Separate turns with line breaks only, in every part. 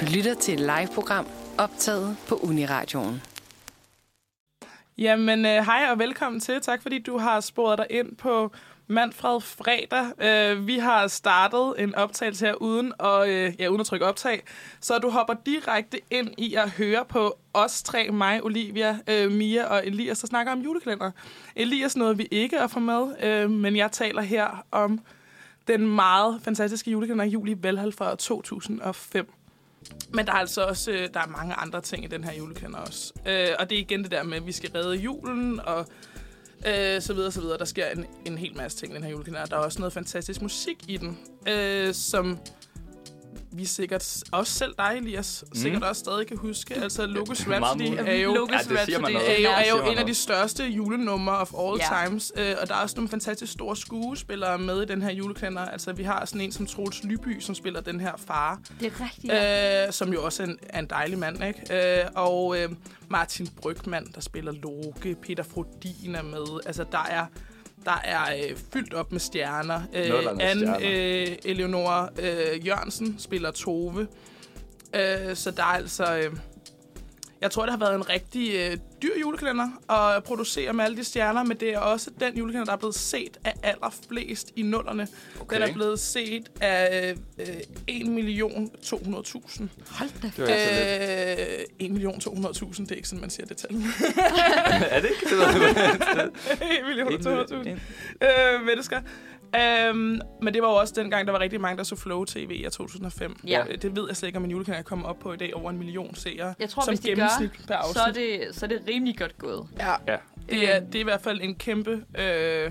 Du lytter til et live-program optaget på Uniradioen.
Jamen, øh, hej og velkommen til. Tak fordi du har sporet dig ind på Manfred Fredag. Øh, vi har startet en optagelse her uden, og, øh, ja, uden at trykke optag, så du hopper direkte ind i at høre på os tre, mig, Olivia, øh, Mia og Elias, der snakker om julekalender. Elias nåede vi ikke at få med, øh, men jeg taler her om den meget fantastiske julekalender Juli Valhall fra 2005. Men der er altså også øh, der er mange andre ting i den her julekalender også. Øh, og det er igen det der med, at vi skal redde julen og øh, så videre, så videre. Der sker en, en hel masse ting i den her julekalender. Der er også noget fantastisk musik i den, øh, som vi sikkert, s- også selv dig, Elias, mm. sikkert også stadig kan huske. Altså, Locus
meget
Rhapsody
muligt.
er jo,
Ja, det siger man
er
Øh,
også.
Øh, jo, er
Siger man
jo en af de
også.
største julenumre of all
Ja.
ja. times. Øh, og der er også nogle fantastisk store skuespillere med i den her julekalender. Altså, vi har sådan en som Troels Lyby, som spiller den her far.
Det er rigtigt. Øh,
Øh, som jo også er en, er en dejlig mand, ikke? Øh, og øh, Martin Brygman, der spiller Loke, Peter Frodin er med. Altså, der er, der er øh, fyldt op med stjerner. Øh,
Nullerne
Anne
stjerner.
øh, Eleonora øh, Jørgensen spiller Tove. Øh, så der er altså... Øh, jeg tror, det har været en rigtig øh, dyr julekalender at producere med alle de stjerner, men det er også den julekalender, der er blevet set af allerflest i nullerne. Okay. Den er blevet set af øh, 1.200.000.
Hold da.
Det var altså lidt.
Øh, 1.200.000, det er ikke sådan, man siger det tal.
er det ikke? Det var-
1.200.000 øh, mennesker. Øhm, men det var jo også dengang, der var rigtig mange, der så Flow TV i år 2005.
Ja.
Øh, Det ved jeg slet ikke, om en julekalender kommer op på i dag over en million seere.
Jeg tror,
som
hvis de gør,
gennemsnit per afsnit.
så er, det, så er det rimelig godt gået.
Ja.
Ja.
Det er, det er i hvert fald en kæmpe, øh,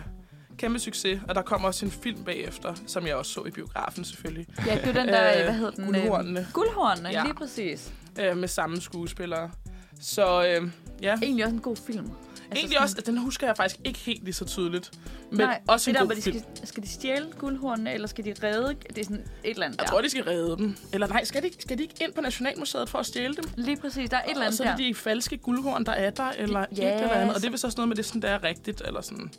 kæmpe succes, og der kommer også en film bagefter, som jeg også så i biografen selvfølgelig,
Ja, det er den der,
Øh,
hvad hedder den?
Guldhornene.
Øh, guldhornene,
Ja.
ja. lige præcis.
øh, med samme skuespillere. Så øh, ja, altså
Egentlig også en god film. Altså
egentlig også, den husker jeg faktisk ikke helt lige så tydeligt, men
nej,
også
det
en
der,
god
hvor de
film.
skal, skal de stjæle guldhornene, eller skal de redde? Det er sådan et eller andet
Jeg
der.
tror, de skal redde dem. Eller nej, skal de, ikke- skal de ikke ind på Nationalmuseet for at stjæle dem?
Lige præcis, der er et eller
og
andet
så er
der.
det de falske guldhorn, der er der, eller
De-
et
ja,
eller andet. Og
så-
det er vist også noget med, det er sådan, der er rigtigt, eller sådan.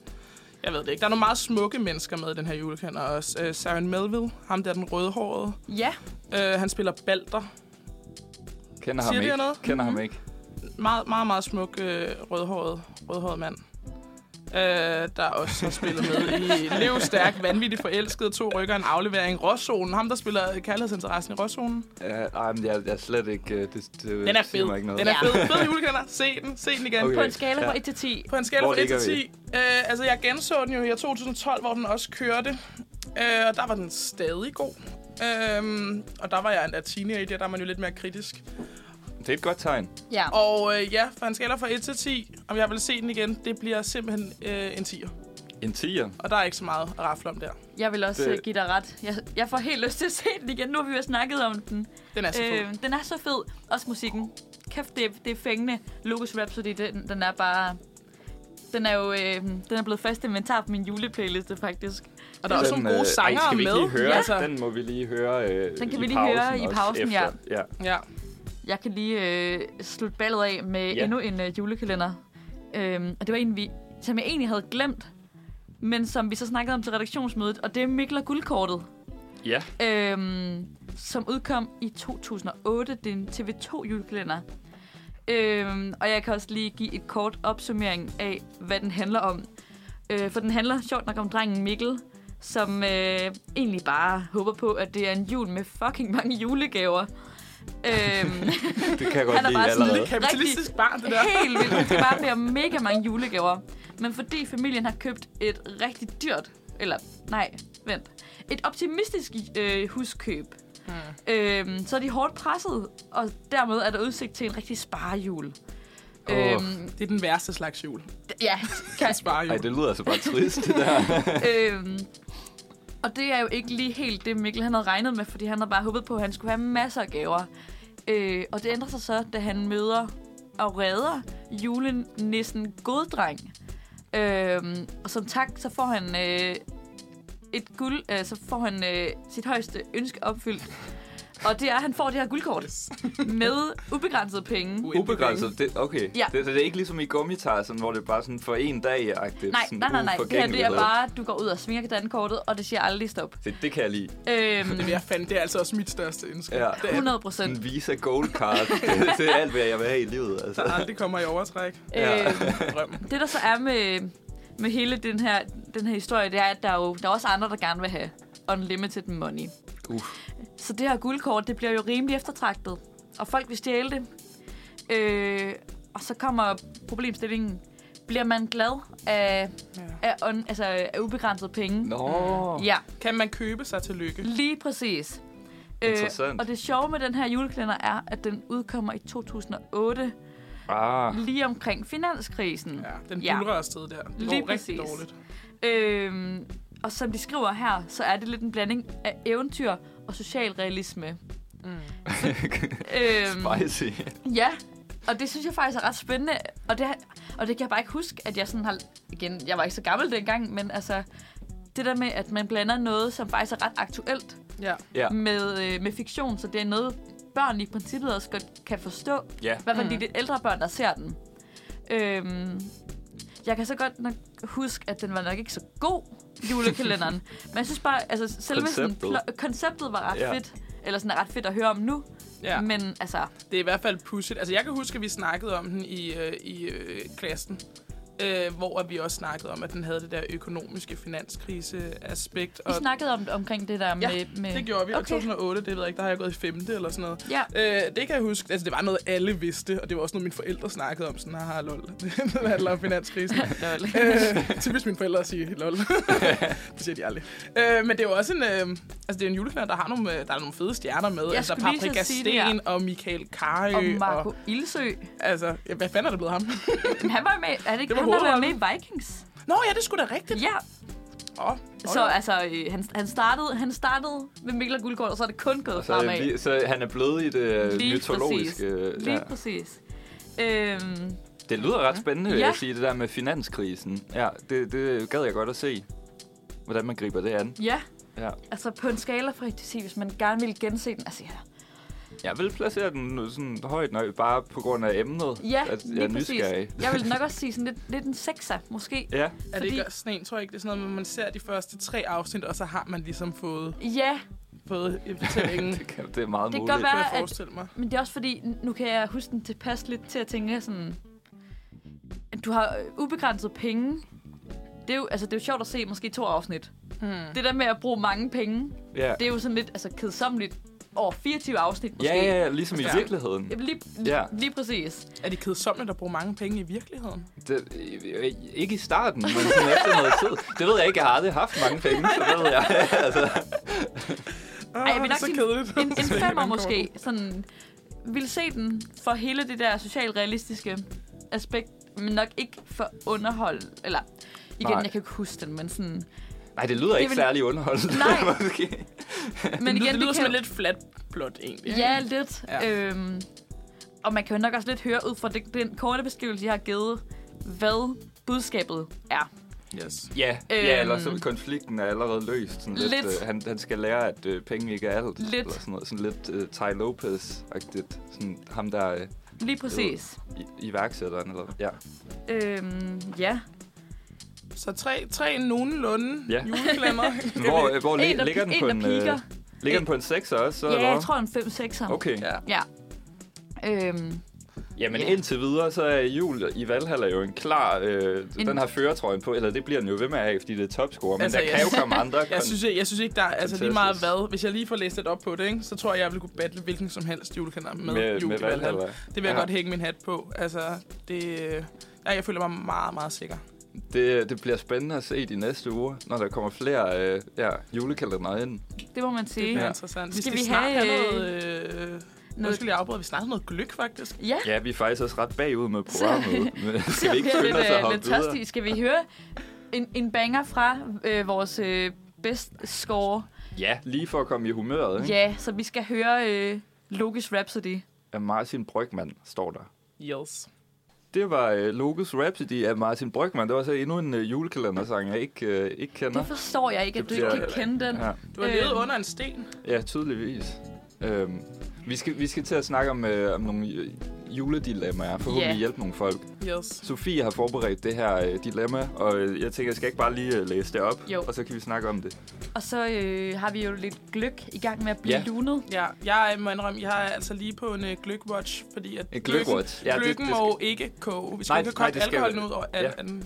Jeg ved det ikke. Der er nogle meget smukke mennesker med i den her julekalender også. Øh, Saren Melville, ham der den rødhårede.
Ja,
Øh, han spiller Balder.
Kender
Siger
ham
det jer
ikke.
noget?
Kender ham
Mm-hmm.
ikke.
Meget, meget, meget smuk øh, rødhåret, rødhåret mand. Øh, der også har spillet med i Lev Stærk, Vanvittig Forelsket, To Rykker, En Aflevering, Råzonen. Ham, der spiller kærlighedsinteressen i Råzonen.
Ja, nej, men jeg, jeg er slet ikke... øh, Det, det
Den er
siger mig
fed.
Ikke noget.
Den er
Ja.
fed. Fed julekalender. Se den. Se den igen.
Okay.
på en skala
Ja.
fra 1 til 10.
På en skala
Hvor
fra 1 til
ligger
10. Øh, altså, jeg genså den jo i år 2012, hvor den også kørte. Øh, og der var den stadig god. Øhm, og der var jeg endda teenager, der er man jo lidt mere kritisk.
Det er et godt tegn.
Ja,
Og øh, ja, for en skala fra 1 til 10, om jeg vil se den igen, det bliver simpelthen øh, en 10'er.
En tiger.
Og der er ikke så meget at rafle om der.
jeg vil også
Det-
det... give dig ret. Jeg, jeg får helt lyst til at se den igen. Nu har vi jo snakket om den.
Den er så øh,
Øh, den er så fed. Også musikken. Kæft, det er, det er fængende. Locus Rhapsody, den, den er bare... Den er jo øh, den er blevet fast inventar på min juleplayliste, faktisk.
Og der er også
Den,
nogle gode
øh,
sanger
ej, skal vi ikke
med.
lige høre?
Ja.
Altså,
Den må vi lige høre øh,
Den kan
i
vi lige
pausen
høre i
også
pausen,
efter. ja.
ja.
Jeg kan lige øh, slutte ballet af med
Ja.
endnu en øh, julekalender. Øhm, og det var en, vi, som jeg egentlig havde glemt, men som vi så snakkede om til redaktionsmødet, og det er Mikkel og Guldkortet,
Ja,
øhm, som udkom i 2008. Det er en TV2-julekalender. Øhm, og jeg kan også lige give et kort opsummering af, hvad den handler om. Øh, for den handler sjovt nok om drengen Mikkel, som øh, egentlig bare håber på, at det er en jul med fucking mange julegaver. Øhm,
det kan jeg godt
Han er
lide
bare sådan
allerede.
Det er kapitalistisk barn, det der.
Helt vildt. Det skal bare bliver mega mange julegaver. Men fordi familien har købt et rigtig dyrt, eller nej, vent, et optimistisk øh, huskøb,
Mm.
øhm, så er de hårdt presset, og dermed er der udsigt til en rigtig sparejul.
Åh.
Øhm,
Det er den værste slags jul.
ja, kan,
Spare
Ej,
jul.
det lyder altså bare trist, det der.
øhm, og det er jo ikke lige helt det, Mikkel han havde regnet med, fordi han havde bare håbet på, at han skulle have masser af gaver. Øh, og det ændrer sig så, da han møder og redder julenissen Goddreng. Øhm, og som tak, så får han øh, et guld, øh, så får han øh, sit højeste ønske opfyldt. Og det er, at han får det her guldkort med ubegrænsede penge.
Ubegrænset, det, okay.
Ja.
Det, så det er ikke ligesom i gummitarsen, hvor det er bare sådan for en dag-agtigt.
Nej,
sådan
nej, nej, nej. Det her det er
uforgængeligt.
bare, at du går ud og svinger dankortet, og det siger aldrig stop.
Det, det kan jeg lide.
Øhm,
Det er, fandt, det er altså også mit største ønske.
Ja.
Det er, at
100
En
procent.
Visa Gold Card. det, det er alt, hvad jeg vil have i livet. Altså.
der aldrig kommer i overtræk.
Ja.
Øhm,
Drømmen.
det der så er med, med hele den her, den her historie, det er, at der er jo der er også andre, der gerne vil have unlimited money.
Uff.
Så det her guldkort, det bliver jo rimelig eftertragtet, og folk vil stjæle det. Øh, og så kommer problemstillingen, bliver man glad af,
Ja.
af, un, altså, af ubegrænset penge?
Nå.
Ja,
Kan man købe sig til lykke?
lige præcis.
Interessant.
øh, og det sjove med den her julekalender er, at den udkommer i 2008,
Ah.
lige omkring finanskrisen.
Ja, den
Ja.
buller afsted der. Det
Lige
går rigtig
præcis.
dårligt.
Øhm, og som de skriver her, så er det lidt en blanding af eventyr og social realisme. Øhm,
Spicy.
ja, og det synes jeg faktisk er ret spændende. Og det, og det kan jeg bare ikke huske, at jeg sådan har... Igen, jeg var ikke så gammel dengang, men altså... Det der med, at man blander noget, som faktisk er ret aktuelt
Ja.
Ja.
med, øh, med fiktion, så det er noget, børn i princippet også godt kan forstå.
Ja.
I hvert fald de
Mm.
lidt ældre børn, der ser den. Øhm, jeg kan så godt nok huske, at den var nok ikke så god, julekalenderen. Men jeg synes bare, altså selve sådan,
Konceptet.
plo- konceptet var ret
Ja.
fedt. Eller sådan er ret fedt at høre om nu.
ja.
Men altså,
Det er i hvert fald pudsigt. Altså, jeg kan huske, at vi snakkede om den i, øh, i øh, klassen. Øh, hvor at vi også snakkede om, at den havde det der økonomiske finanskrise-aspekt.
vi snakkede om det omkring det der med...
Ja,
med
det gjorde vi. Og
Okay.
2008, det ved jeg ikke, der har jeg gået i femte eller sådan noget.
Ja.
Øh, det kan jeg huske. Altså, det var noget, alle vidste, og det var også noget, mine forældre snakkede om. Sådan, haha, lol. det handler om finanskrisen.
Lol.
øh, typisk mine forældre siger lol. det siger de aldrig. Øh, men det er jo også en, øh, altså, det er en juleklæder, der har nogle, øh, der er nogle fede stjerner med.
Jeg
altså
skulle lige til
Paprika
at sige det, ja.
Sten og Michael Carø.
Og Marco Ildsø.
Altså, ja, hvad fanden er det blevet ham?
Men han var med, er det ikke
Det var
han, der var med
hovedrollen.
i Vikings?
Nå, ja, det er sgu da rigtigt.
Ja,
Åh, oh,
så altså, øh, han, han, startede, han startede med Mikkel og Guldgaard, og så er det kun gået
Så, er
fremad.
det lige, øh, så han er blevet i det øh,
Lige
mytologiske.
præcis. Lige præcis. Øhm,
Det lyder ret spændende, ja.
Ja.
jeg sige, det der med finanskrisen. Ja, det, det gad jeg godt at se, hvordan man griber det an.
ja,
Ja.
altså på en skala fra 1 til 10, hvis man gerne ville gense den. Altså, ja.
Jeg vil placere den sådan højt, når, bare på grund af emnet,
Ja,
at jeg
lige
er
præcis.
nysgerrig.
Jeg vil nok også sige sådan lidt, lidt en sekser, måske.
Ja,
Er det
fordi-
ikke også sådan en, tror jeg ikke, det er sådan noget, hvor man ser de første tre afsnit, og så har man ligesom fået,
Ja,
fået en fortælling,
det, kan, det er meget
Det kan
muligt.
kan jeg
Hvad er-
forestille mig.
men det er også fordi, nu kan jeg huske den tilpas lidt til at tænke sådan... Du har øh, ubegrænset penge. Det er jo, altså, det er jo sjovt at se måske to afsnit.
Hmm.
Det der med at bruge mange penge,
Ja.
det er jo sådan lidt altså, kedsommeligt over 24 afsnit måske.
ja, ja, ja, ligesom i
Ja.
virkeligheden.
Lige,
Ja.
lige, lige præcis.
Er det kedsommeligt at bruge mange penge i virkeligheden?
Det, øh, ikke i starten, men sådan efter noget tid. Det ved jeg ikke, jeg har aldrig haft mange penge, så ved jeg. Altså,
Åh,
Ej, jeg
Ah, det
vil nok
er så
sige
kedeligt.
en, en
Så
femmer
man går-
måske. Sådan, vil se den for hele det der socialrealistiske aspekt, men nok ikke for underhold. Eller, igen,
Nej.
jeg kan ikke huske den, men sådan...
Nej, det lyder ikke
vil-
særlig underholdende.
Nej.
måske.
Men
Det lyder,
igen,
det lyder som
kan
en lidt flat plot, egentlig.
Ja, lidt.
Ja.
Ja. Øhm, og man kan jo nok også lidt høre ud fra den, den korte beskrivelse, jeg har givet, hvad budskabet er.
Yes.
Ja,
Øhm.
ja eller så konflikten er allerede løst. Sådan lidt.
Lidt.
Øh, han, han skal lære, at øh, penge ikke er alt.
Lidt.
Eller sådan, noget. sådan lidt øh, Ty Lopez-agtigt. Sådan ham der øh,
Lige præcis.
i, iværksætteren. Eller, ja.
Øhm, ja.
Så tre, tre nogenlunde
Ja.
ja. juleklemmer.
Hvor, øh, hvor
En,
li-
der
ligger den
pi-
på
en,
en... øh,
der piker.
ligger den på en 6 også? Så, eller
Ja, jeg
hvad?
tror en 5-6'er.
Okay. Ja.
ja.
Ja. Øhm,
Jamen
Ja.
indtil videre, så er jul i Valhalla jo en klar... Øh,
En-
Den har føretrøjen på, eller det bliver den jo ved med at have, fordi det er topscorer. Men
Altså,
der
jeg
kan jo komme andre.
Jeg synes, jeg, jeg synes ikke, der er altså lige
Fantastisk.
meget hvad. Hvis jeg lige får læst lidt op på det, ikke, så tror jeg, jeg vil kunne battle hvilken som helst julekalender med, med jul med i Valhalla. Det vil jeg
Ja.
ja. godt hænge min hat på. Altså, det, øh, ja, jeg føler mig meget, meget sikker.
Det, det bliver spændende at se de næste uger, når der kommer flere øh, ja, julekalender ind.
det må man
Det
sige.
bliver
Ja.
ja. interessant.
Skal
Skal vi,
vi
skal snart
have,
have, noget... Øh,
noget-
noget... Undskyld, jeg afbryder. Vi snakker noget gløk, faktisk.
Ja,
Ja, vi er faktisk også ret bagud med programmet. Men
så
skal vi ikke
bliver
skynde os at
lidt, øh,
hoppe
lidt
videre?
tørstig. Skal vi høre en, en banger fra øh, vores øh, best score?
Ja, lige for at komme i humøret. Ikke?
Ja, så vi skal høre øh, Logis Rhapsody.
Af Martin Brygman står der.
Yes.
Det var øh, Logos Rhapsody af Martin Brygman. Det var så endnu en øh, julekalendersang, jeg ikke, øh, ikke kender.
Det forstår jeg ikke, at
Det
du ikke
bliver-
kan kende den.
Ja.
Du har levet
Øhm.
under en sten.
ja, tydeligvis. Øhm, vi, skal, vi skal til at snakke om, øh, om nogle øh, juledilemmaer, forhåbentlig
Ja.
yeah. hjælpe nogle folk.
Yes.
Sofie har forberedt det her øh, dilemma, og øh, jeg tænker, jeg skal ikke bare lige øh, læse det op,
Jo.
og så kan vi snakke om det.
Og så øh, har vi jo lidt gløk i gang med at blive
Ja.
yeah. lunet.
Ja, jeg må indrømme, jeg er altså lige på en uh, gløgwatch, fordi at
En gløgwatch?
gløggen,
Ja,
ja,
det-
gløggen
det
må jo ikke koge. Vi skal
Nej,
ikke
nej,
koge
det skal-
alkoholen ud over al,
ja.
ja. den,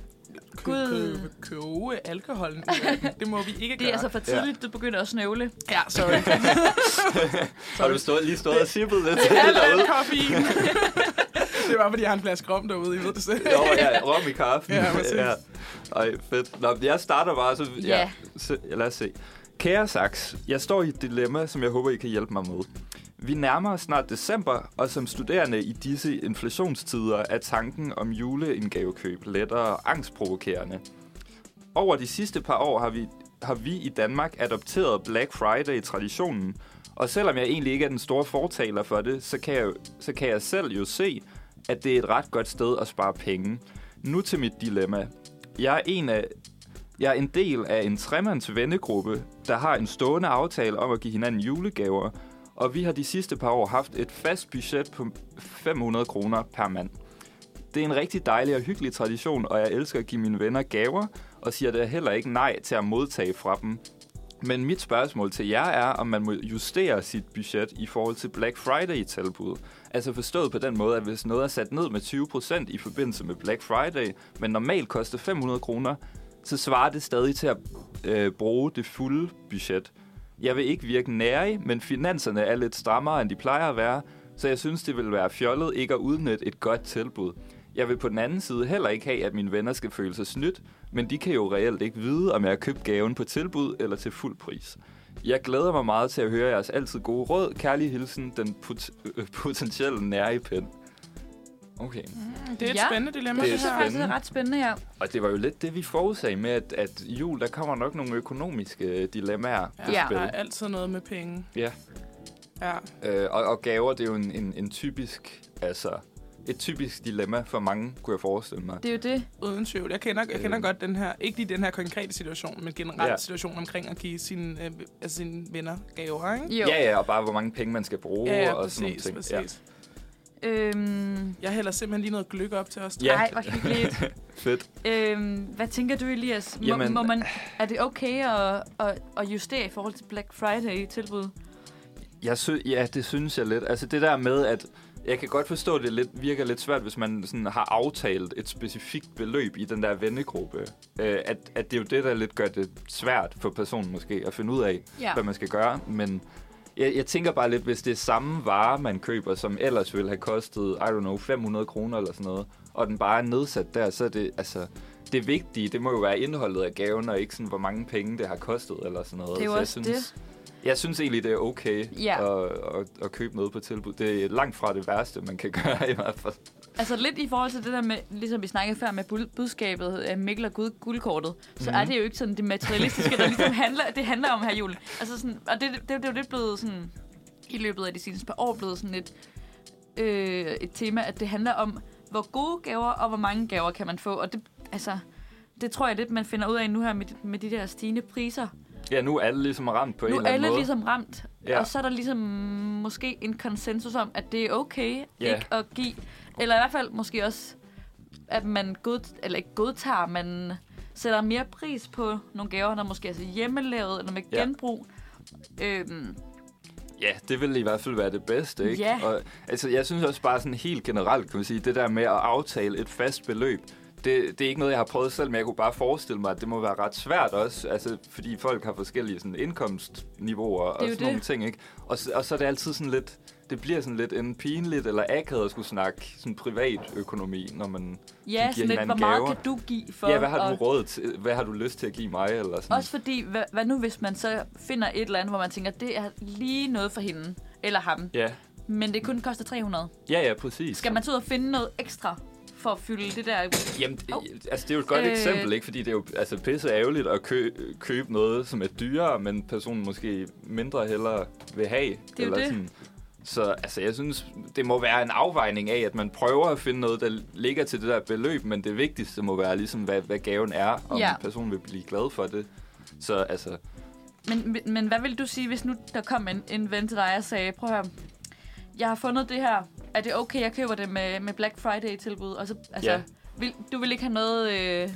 Gud.
Købe, købe alkoholen. ud af den. Det må vi ikke
Det er
gøre.
altså for tidligt, ja. du begynder at snøvle.
Ja, sorry.
Har du stået, lige stået og sippet lidt til
Al
det
den
derude?
koffein. det var, fordi jeg har en flaske rom derude, I ved det selv.
Nå, ja, rom i kaffen.
Ja, præcis.
Ej, fedt. Nå, men jeg starter bare, så,
Ja.
så ja, lad os se. Kære Saks, jeg står i et dilemma, som jeg håber, I kan hjælpe mig med. Vi nærmer os snart december, og som studerende i disse inflationstider er tanken om juleindgavekøb lettere og angstprovokerende. Over de sidste par år har vi, har vi i Danmark adopteret Black Friday-traditionen, og selvom jeg egentlig ikke er den store fortaler for det, så kan jeg, så kan jeg selv jo se, at det er et ret godt sted at spare penge. Nu til mit dilemma. Jeg er en af jeg er en del af en tremands vennegruppe, der har en stående aftale om at give hinanden julegaver, og vi har de sidste par år haft et fast budget på 500 kroner per mand. Det er en rigtig dejlig og hyggelig tradition, og jeg elsker at give mine venner gaver, og siger da heller ikke nej til at modtage fra dem. Men mit spørgsmål til jer er, om man må justere sit budget i forhold til Black Friday-tilbud. Altså forstået på den måde, at hvis noget er sat ned med 20% i forbindelse med Black Friday, men normalt koster 500 kroner, så svarer det stadig til at øh, bruge det fulde budget. Jeg vil ikke virke nærig, men finanserne er lidt strammere, end de plejer at være, så jeg synes, det vil være fjollet ikke at udnytte et godt tilbud. Jeg vil på den anden side heller ikke have, at mine venner skal føle sig snydt, men de kan jo reelt ikke vide, om jeg har købt gaven på tilbud eller til fuld pris. Jeg glæder mig meget til at høre jeres altid gode råd. Kærlig hilsen, den pot- øh, potentielle nærige pen. Okay,
Det er et
Ja.
spændende dilemma,
Jeg
Det er
synes
her.
faktisk, det er
spændende.
ret spændende her.
og det var jo lidt det, vi forudsagde med, at, at jul, der kommer nok nogle økonomiske øh, dilemmaer på
Ja.
Der
spil.
er altid noget med penge.
Ja.
Ja.
Øh, og, og gaver, det er jo en, en, en typisk, altså, et typisk dilemma for mange, kunne jeg forestille mig.
Det er jo det.
Uden tvivl. Jeg kender, jeg kender
Øh.
godt den her, ikke lige den her konkrete situation, men generelt
Ja.
ja. situation omkring at give sine, øh, altså sine venner gaver, ikke?
Jo.
Ja, ja, og bare hvor mange penge man skal bruge og sådan nogle ting. Ja.
præcis. Ja.
Øhm,
Jeg hælder simpelthen lige noget gløk op til os.
Ja.
ja. Ej, hvor hyggeligt.
Fedt.
øhm, hvad tænker du, Elias? Må,
Jamen-
Jamen, må man, er det okay at, at, at justere i forhold til Black Friday-tilbud?
Jeg sy- ja, det synes jeg lidt. Altså det der med, at jeg kan godt forstå, at det lidt, virker lidt svært, hvis man sådan har aftalt et specifikt beløb i den der vennegruppe. Øh, at, at det er jo det, der lidt gør det svært for personen måske at finde ud af,
Ja.
hvad man skal gøre. Men jeg, jeg tænker bare lidt, hvis det er samme vare, man køber, som ellers ville have kostet, I don't know, 500 kroner eller sådan noget, og den bare er nedsat der, så er det, altså, det vigtige, det må jo være indholdet af gaven, og ikke sådan, hvor mange penge det har kostet eller sådan noget.
Det er jo
så jeg
også
synes, Jeg synes egentlig, det er okay
Ja.
at, at, at købe noget på tilbud. Det er langt fra det værste, man kan gøre i hvert fald.
Altså lidt i forhold til det der med, ligesom vi snakkede før med bud- budskabet af Mikkel og Gud, guldkortet,
Mhm.
så mm. er det jo ikke sådan det materialistiske, der ligesom handler, det handler om her jul. Altså sådan, og det, det, det er jo lidt blevet sådan, i løbet af de seneste par år blevet sådan et, øh, et tema, at det handler om, hvor gode gaver og hvor mange gaver kan man få. Og det, altså, det tror jeg lidt, man finder ud af nu her med, med de der stigende priser.
Ja, nu er alle ligesom ramt på
Nu
en
er
eller anden
alle
måde.
ligesom ramt,
Ja.
ja. og så er der ligesom måske en konsensus om, at det er okay
Ja.
ja. ikke at give, eller i hvert fald måske også, at man god, eller ikke godtager, man sætter mere pris på nogle gaver, der måske er altså hjemmelavet eller med
Ja.
genbrug. Øhm,
Ja, det ville i hvert fald være det bedste, ikke?
Ja.
Og, altså, jeg synes også bare sådan helt generelt, kan man sige, det der med at aftale et fast beløb, det, det er ikke noget, jeg har prøvet selv, men jeg kunne bare forestille mig, at det må være ret svært også, altså, fordi folk har forskellige sådan, indkomstniveauer og
Det er jo
sådan nogle
det.
ting, ikke? Og, s- og så er det altid sådan lidt, det bliver sådan lidt en pinligt eller akavet at skulle snakke sådan privat økonomi, når man...
ja, sådan lidt,
hinanden
hvor meget
gaver.
kan du give for...
For, ja, hvad har du
og-
råd til? Hvad har du lyst til at give mig? Eller sådan.
Også fordi, hvad, hvad nu hvis man så finder et eller andet, hvor man tænker, det er lige noget for hende eller ham,
Ja.
men det kun koster 300.
Ja, ja, præcis.
Skal man så ud og finde noget ekstra for at fylde det der
Jamen, det,
Au.
altså, det er jo et godt øh...
Øh.
eksempel, ikke? Fordi det er jo altså, pisse ærgerligt at kø, købe noget, som er dyrere, men personen måske mindre hellere vil have.
jo
eller
det.
Sådan. Så altså, jeg synes, det må være en afvejning af, at man prøver at finde noget, der ligger til det der beløb, men det vigtigste må være, ligesom, hvad, hvad gaven er, om
Ja.
ja. personen vil blive glad for det. Så altså,
Men, men- men hvad vil du sige, hvis nu der kom en, en ven til dig og sagde, prøv at høre, jeg har fundet det her. Er det okay, jeg køber det med, med Black Friday-tilbud? Og så, altså,
Ja.
vil, du vil ikke have noget... Øh,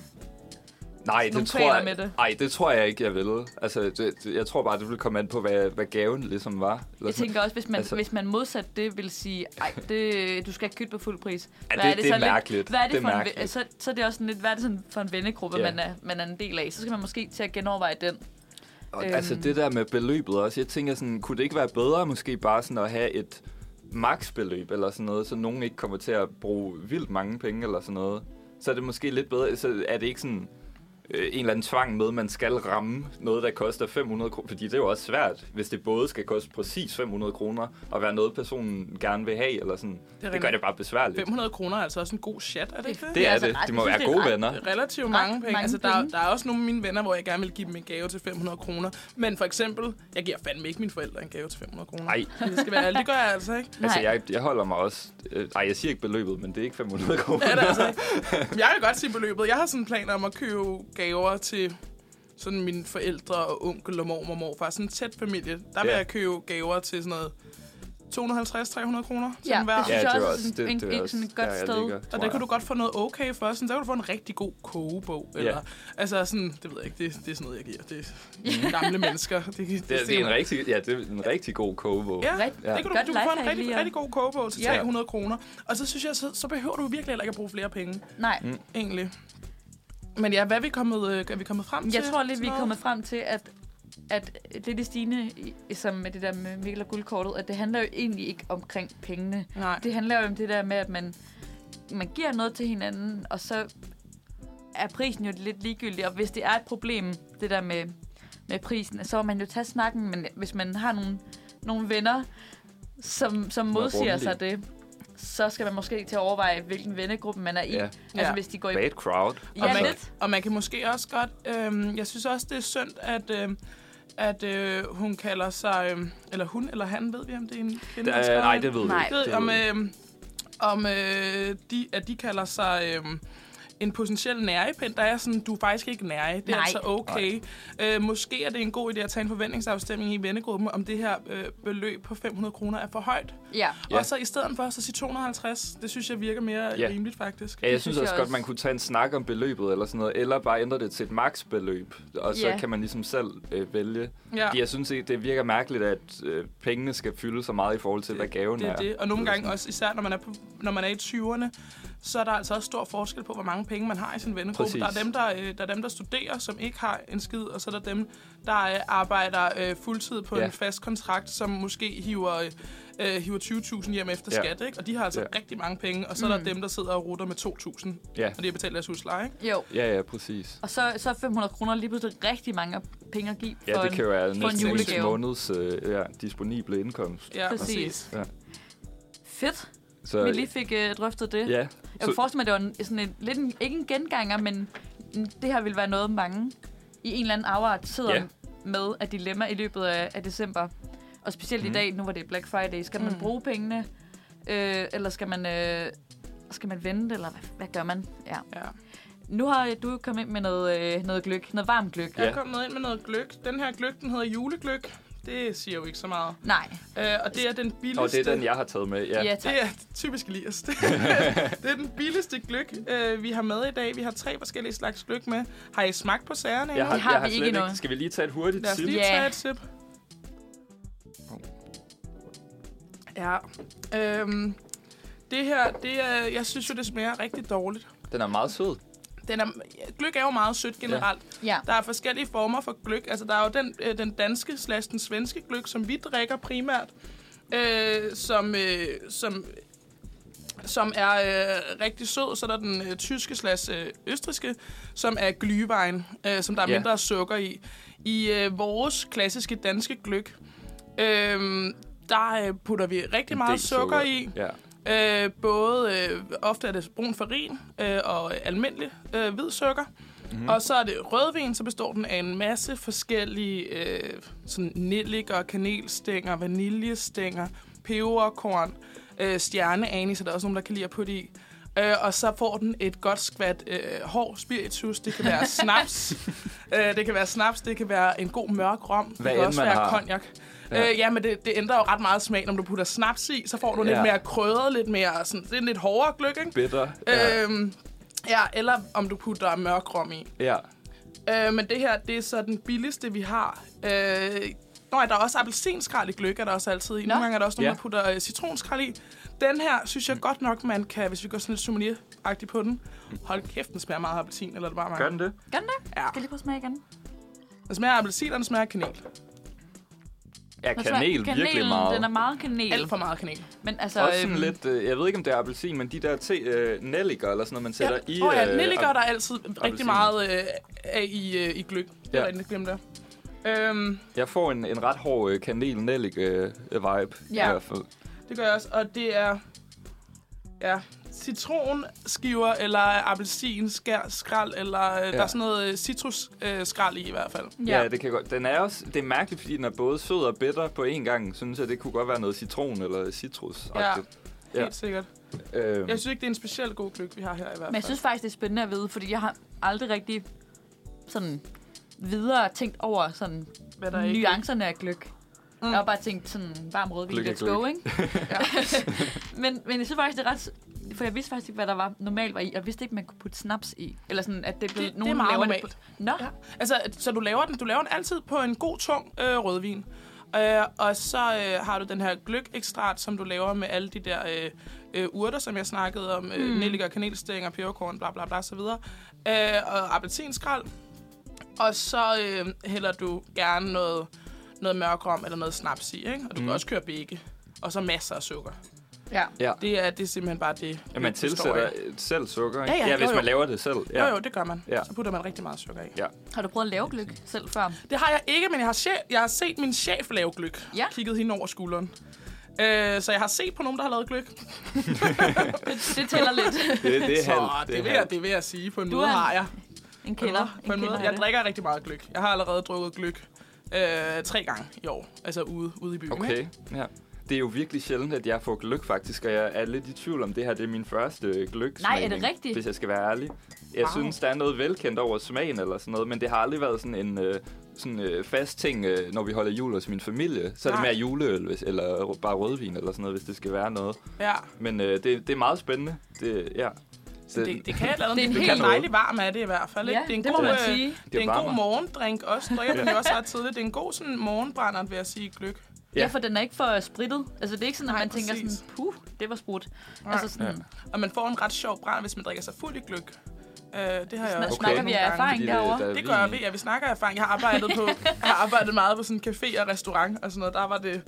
Nej,
Nogle
det tror,
planer
jeg,
med det?
Ej, det tror jeg ikke, jeg ville. Altså, det, det, jeg tror bare, det ville komme an på, hvad, hvad gaven ligesom var. Eller
jeg
sådan.
tænker også, hvis man,
altså-
altså, hvis man modsat det vil sige, ej, det, du skal ikke købe på fuld pris.
Ja, det- det er
lidt-
mærkeligt.
Hvad er det,
Det er
for en, ve-
mærkeligt.
så, så er det også sådan lidt, hvad er det sådan for en vennegruppe,
Ja.
man, er, man er en del af? Så skal man måske til at genoverveje den.
Og,
Øhm.
Altså det der med beløbet også, jeg tænker sådan, kunne det ikke være bedre måske bare sådan at have et maksbeløb eller sådan noget, så nogen ikke kommer til at bruge vildt mange penge eller sådan noget. Så er det måske lidt bedre, så er det ikke sådan øh, en eller anden tvang med, at man skal ramme noget, der koster 500 kroner, fordi det er jo også svært, hvis det både skal koste præcis 500 kroner, og være noget, personen gerne vil have, eller sådan. Det, det gør
rigtigt.
det bare besværligt.
500 kroner er altså også en god chat, er det ikke det?
Det er
altså
det.
ret-
De må
jeg
være
synes, det er
gode
ret-
venner.
relativt
Ret
mange penge.
mange
altså, der,
penge.
der er også nogle af mine venner, hvor jeg gerne vil give dem en gave til 500 kroner. Men for eksempel, jeg giver fandme ikke mine forældre en gave til 500 kroner.
Nej,
Det skal være alt. Det gør jeg altså ikke.
altså
Nej.
jeg, jeg holder mig også... Øh, ej, jeg siger ikke beløbet, men det er ikke 500 kroner.
Det er det altså ikke. Jeg kan godt sige beløbet. Jeg har sådan planer om at købe gaver til sådan mine forældre og onkel og mormor og morfar. Sådan en tæt familie. Der vil
Ja.
jeg købe gaver til sådan noget 250-300 kroner til
Ja,
ja, hver.
det
Ja, det
synes jeg
er
også
også,
sådan
det,
en-
det
en-
er også,
sådan et godt
der, jeg
sted.
ligger, tror
Og der
jeg.
kan du godt få noget okay for. Sådan, der kan du få en rigtig god kogebog. Eller, Altså sådan, det ved jeg ikke, det, det er sådan noget, jeg giver. Det er gamle mennesker. Det, det, det,
Det, det, er en rigtig, ja, det er en rigtig god kogebog.
Ja,
Rigt-
det kan du,
Godt
du kan få en
lifehack lige
rigtig,
at-
rigtig god kogebog til
Ja.
300 kroner. Og så synes jeg, så, så behøver du virkelig heller ikke at bruge flere penge,
Mm.
Nej,
egentlig. Men ja, hvad er vi kommet, øh, er vi kommet frem til?
Jeg tror lidt, vi er
Sådan
kommet
noget?
frem til, at, at lidt i stigende, i- som med det der med Mikkel og guldkortet, at det handler jo egentlig ikke omkring pengene.
Nej.
Det handler jo om det der med, at man, man giver noget til hinanden, og så er prisen jo lidt ligegyldig. Og hvis det er et problem, det der med, med prisen, så må man jo tage snakken. Men hvis man har nogle, nogle venner, som, som
er
modsiger
rummelige.
sig det, så skal man måske til at overveje, hvilken vennegruppe man er i.
Ja.
Ja. Altså
Ja.
hvis de går i...
Bad crowd.
Ja,
man-
lidt.
Og man kan måske også godt... Øhm, jeg synes også, det er synd, at... Øhm, at øh, hun kalder sig... Øhm, eller hun eller han, ved vi, om det er en kvinde,
Det,
der har skrevet
nej,
det.
det ved vi
Nej.
ikke.
ved,
Det
om,
ved vi ikke.
øh, om øh, de, at de kalder sig øh, en potentiel nærepind. Der er sådan, du er faktisk ikke nære. Det er
Nej.
altså okay. Øh, måske er det en god idé at tage en forventningsafstemning i vennegruppen, om det her øh, beløb på 500 kroner er for højt.
Ja.
Ja.
Ja. Og så i stedet for, så sige 250. Det synes jeg virker mere
Ja.
ja. rimeligt, faktisk.
Ja, jeg
det
synes
synes
også
jeg
godt,
også.
man kunne tage en snak om beløbet eller sådan noget, eller bare ændre det til et maksbeløb, og så
Ja.
kan man ligesom selv øh, vælge.
Ja.
Fordi Jeg synes ikke, det virker mærkeligt, at øh, pengene skal fylde så meget i forhold til, hvad gaven
det er
er.
det. Og nogle
Eller
gange også, især når man, er på, når man er i 20'erne, så er der altså også stor forskel på, hvor mange penge man har i sin vennegruppe.
Præcis.
Der er, dem, der, øh, der er dem, der studerer, som ikke har en skid, og så er der dem, der øh, arbejder øh, fuldtid på
Ja.
ja. en fast kontrakt, som måske hiver, øh, hiver 20.000 hjem efter
Ja.
ja. skat. Ikke? Og de har altså
Ja.
ja. rigtig mange penge. Og så er der dem, der sidder og rutter med 2.000,
Ja.
og de har betalt deres husleje. Ikke?
Jo.
Ja, ja, præcis.
Og så, så er 500 kroner lige pludselig rigtig mange penge at give
Ja,
for
det
en,
kan jo være
for en
næsten ens
julegave.
måneds øh, ja, disponible indkomst.
Ja,
Præcis. Fedt,
Så,
vi lige fik øh, drøftet det.
Ja,
Jeg kunne forestille mig, at det var en, sådan en, lidt en, ikke en genganger, men en- det her ville være noget, mange i en eller anden afart sidder
Ja.
med af dilemma i løbet af, af december. Og specielt
Mhm.
mm. i dag, nu hvor det er Black Friday, skal man
Mm.
bruge pengene, øh, eller skal man, øh, skal man vente, eller hvad, hvad gør man? Ja.
Ja.
Nu har øh, du kommet ind med noget, øh, noget gløk, noget varmt gløk.
Jeg
Ja.
er kommet ind med noget gløk. Den her gløk, den hedder julegløk. Det siger jo ikke så meget.
Nej,
Øh, og det er den billigste...
og det er den, jeg har taget med. Ja.
ja, ja tak.
Det er typisk Elias. det er den billigste gløk, øh, vi har med i dag. Vi har tre forskellige slags gløk med. Har I smagt på sagerne?
Jeg har,
Det har
jeg har
vi
slet
ikke endnu.
Skal vi lige tage et hurtigt
Lad os
sip?
lige
Ja.
tage et sip. Ja. Øhm, det her, det er, jeg synes jo, det smager rigtig dårligt.
Den er meget sød.
Den er, gløk er jo meget sødt generelt.
Ja.
Der er forskellige former for gløk. Altså, der er jo den, øh, den danske slash den svenske gløk, som vi drikker primært, øh, som, øh, som, som er øh, rigtig sød. Så er der den øh, tyske slash øh, østriske, som er glühwein, øh, som der er
Ja.
mindre sukker i. I øh, vores klassiske danske gløk, øh, der øh, putter vi rigtig
En del
meget sukker i.
Ja.
Øh, både, øh, ofte er det brun farin øh, og almindelig øh, hvid sukker.
Mhm.
Mm-hmm. Og så er det rødvin, så består den af en masse forskellige øh, sådan nelliker, kanelstænger, vaniljestænger, peberkorn, øh, stjerneanis, er der også nogen, der kan lide at putte i. Øh, og så får den et godt skvat øh, hård spiritus. Det kan være snaps. øh, det kan være snaps. Det kan være en god mørk rom.
Hvad
det kan
end
også
man
være
har.
cognac.
Ja.
Ja. Øh, ja, men det, det ændrer jo ret meget smagen. Om du putter snaps i, så får du ja.
Ja.
lidt mere krødret, lidt mere sådan, det er en lidt hårdere gløk, ikke?
Bitter. Ja.
Øhm, ja, eller om du putter mørk rom i.
ja.
Øh, men det her, det er så den billigste, vi har. Øh, Nå, ja, der er også appelsinskral i gløk, er der også altid i. Nogle
Nå.
gange er der også nogen,
Ja.
der putter øh, citronskrald i. Den her, synes jeg godt nok, man kan, hvis vi går sådan lidt sommelier på den. Hold kæft, den smager meget af appelsin, eller er det bare mig?
Gør den det?
Gør den det?
Ja.
Skal jeg lige prøve at smage igen?
Den smager af appelsin, og den smager af kanel.
Ja,
Den
kanel,
smager-
kanel virkelig meget.
Den er meget kanel.
Alt for meget kanel.
Men altså,
Også sådan
øhm,
lidt, øh, jeg ved ikke om det er appelsin, men de der te, øh, nelliker eller sådan noget, man sætter
ja.
i...
Åh ja,
øh,
nelliker er
app-
der altid
appelsin.
rigtig meget øh, af i, øh, i gløk. Det
Ja.
er rigtig glemt der. Øhm,
Jeg får en, en ret hård øh, kanel-nellik-vibe
Ja.
i hvert fald.
Det gør jeg også, og det er ja, citronskiver eller appelsin, skær, skrald, eller ja. der er sådan noget øh, citrus øh, skrald i i hvert fald.
Ja. ja, det kan godt. Den er også, det er mærkeligt, fordi den er både sød og bitter på én gang. Synes jeg, det kunne godt være noget citron eller citrus.
Ja,
Ja.
helt sikkert.
Øhm,
Jeg synes ikke, det er en specielt god gløk, vi har her i hvert fald.
Men jeg synes faktisk, det er spændende at vide, fordi jeg har aldrig rigtig sådan videre tænkt over sådan
Hvad der er ikke.
nuancerne af gløk. Mm. Jeg har bare tænkt sådan varm rødvin,
Gløgg er
let's go,
gløgg.
ikke? men, men jeg synes faktisk, det er ret... s- For jeg vidste faktisk ikke, hvad der var normalt var i. Jeg vidste ikke, man kunne putte snaps i. Eller sådan, at det blev...
Det- det er meget
laver
normalt.
på... Nå,
Ja. Altså, så du laver den, du laver den altid på en god, tung øh, rødvin. Øh, og så øh, har du den her gløk-ekstrat, som du laver med alle de der øh, øh, urter, som jeg snakkede om.
Mm.
Øh, Nelliker, kanelstænger, peberkorn, bla bla bla, så videre. Øh, og appelsinskrald. Og så øh, hælder du gerne noget, noget mørk rom eller noget snaps i, ikke? Og du mm. kan også køre begge. Og så masser af sukker.
ja.
ja.
Det er, det er simpelthen bare det.
ja, man
det består
tilsætter
af.
selv sukker.
Ja,
ikke?
ja,
ja
jo,
hvis
jo.
man laver det selv. Ja.
Jo, jo, det gør man.
Ja.
Ja. Så putter man rigtig meget sukker i.
Ja.
Har du prøvet at lave gløk selv før?
Det har jeg ikke, men jeg har, chef, jeg har set min chef lave gløk.
Ja.
Kigget hende over skulderen. Øh, så jeg har set på nogen, der har lavet gløk. Det,
Det, det tæller lidt.
Det, det er
så
halvt.
det, vil
halvt.
jeg, det vil jeg sige. På en
Du
måde
er en-
har jeg.
En
På en
kælder.
måde- På en
kælder
måde.
er
Jeg
det.
drikker rigtig meget gløk. Jeg har allerede drukket gløk. Øh, tre gange i år. Altså ude, ude i byen.
Okay,
Ikke?
ja. Det er jo virkelig sjældent, at jeg får gløk, faktisk, og jeg er lidt i tvivl om, det her det er min første gløk
Nej, er det rigtigt?
Hvis jeg skal være ærlig. Jeg wow.
Wow.
synes, der er noget velkendt over smagen eller sådan noget, men det har aldrig været sådan en øh, sådan, øh, fast ting, øh, når vi holder jul hos min familie. Så er det
Nej.
mere juleøl, hvis, eller r- bare rødvin eller sådan noget, hvis det skal være noget.
Ja.
Men øh, det, det er meget spændende. Det, ja.
Så det, det kan jeg lave.
Det er
Det,
en
det
helt-
kan dejlig varm af det i hvert fald. Ikke?
Ja,
det er en
det
god,
må man
øh,
sige.
Det er en
varmer.
god morgendrink også. Drikker den jo også ret tidligt. Det er en god sådan, morgenbrænder, vil jeg sige, gløk.
Ja,
Ja.
for den er ikke for sprittet. Altså, det er ikke sådan, at
Nej,
man tænker
præcis.
sådan, puh, det var sprudt.
Nej.
Altså sådan, ja.
Og man får en ret sjov brænder, hvis man drikker sig fuld i gløk. Øh, det har jeg også
okay.
snakker
prøvet
snakker vi
nogle
af
gange.
erfaring
der er
derovre.
Det
vin
gør
i.
vi, ja. Vi snakker af erfaring. Jeg har arbejdet, på, jeg har arbejdet meget på sådan café og restaurant og sådan noget. Der var det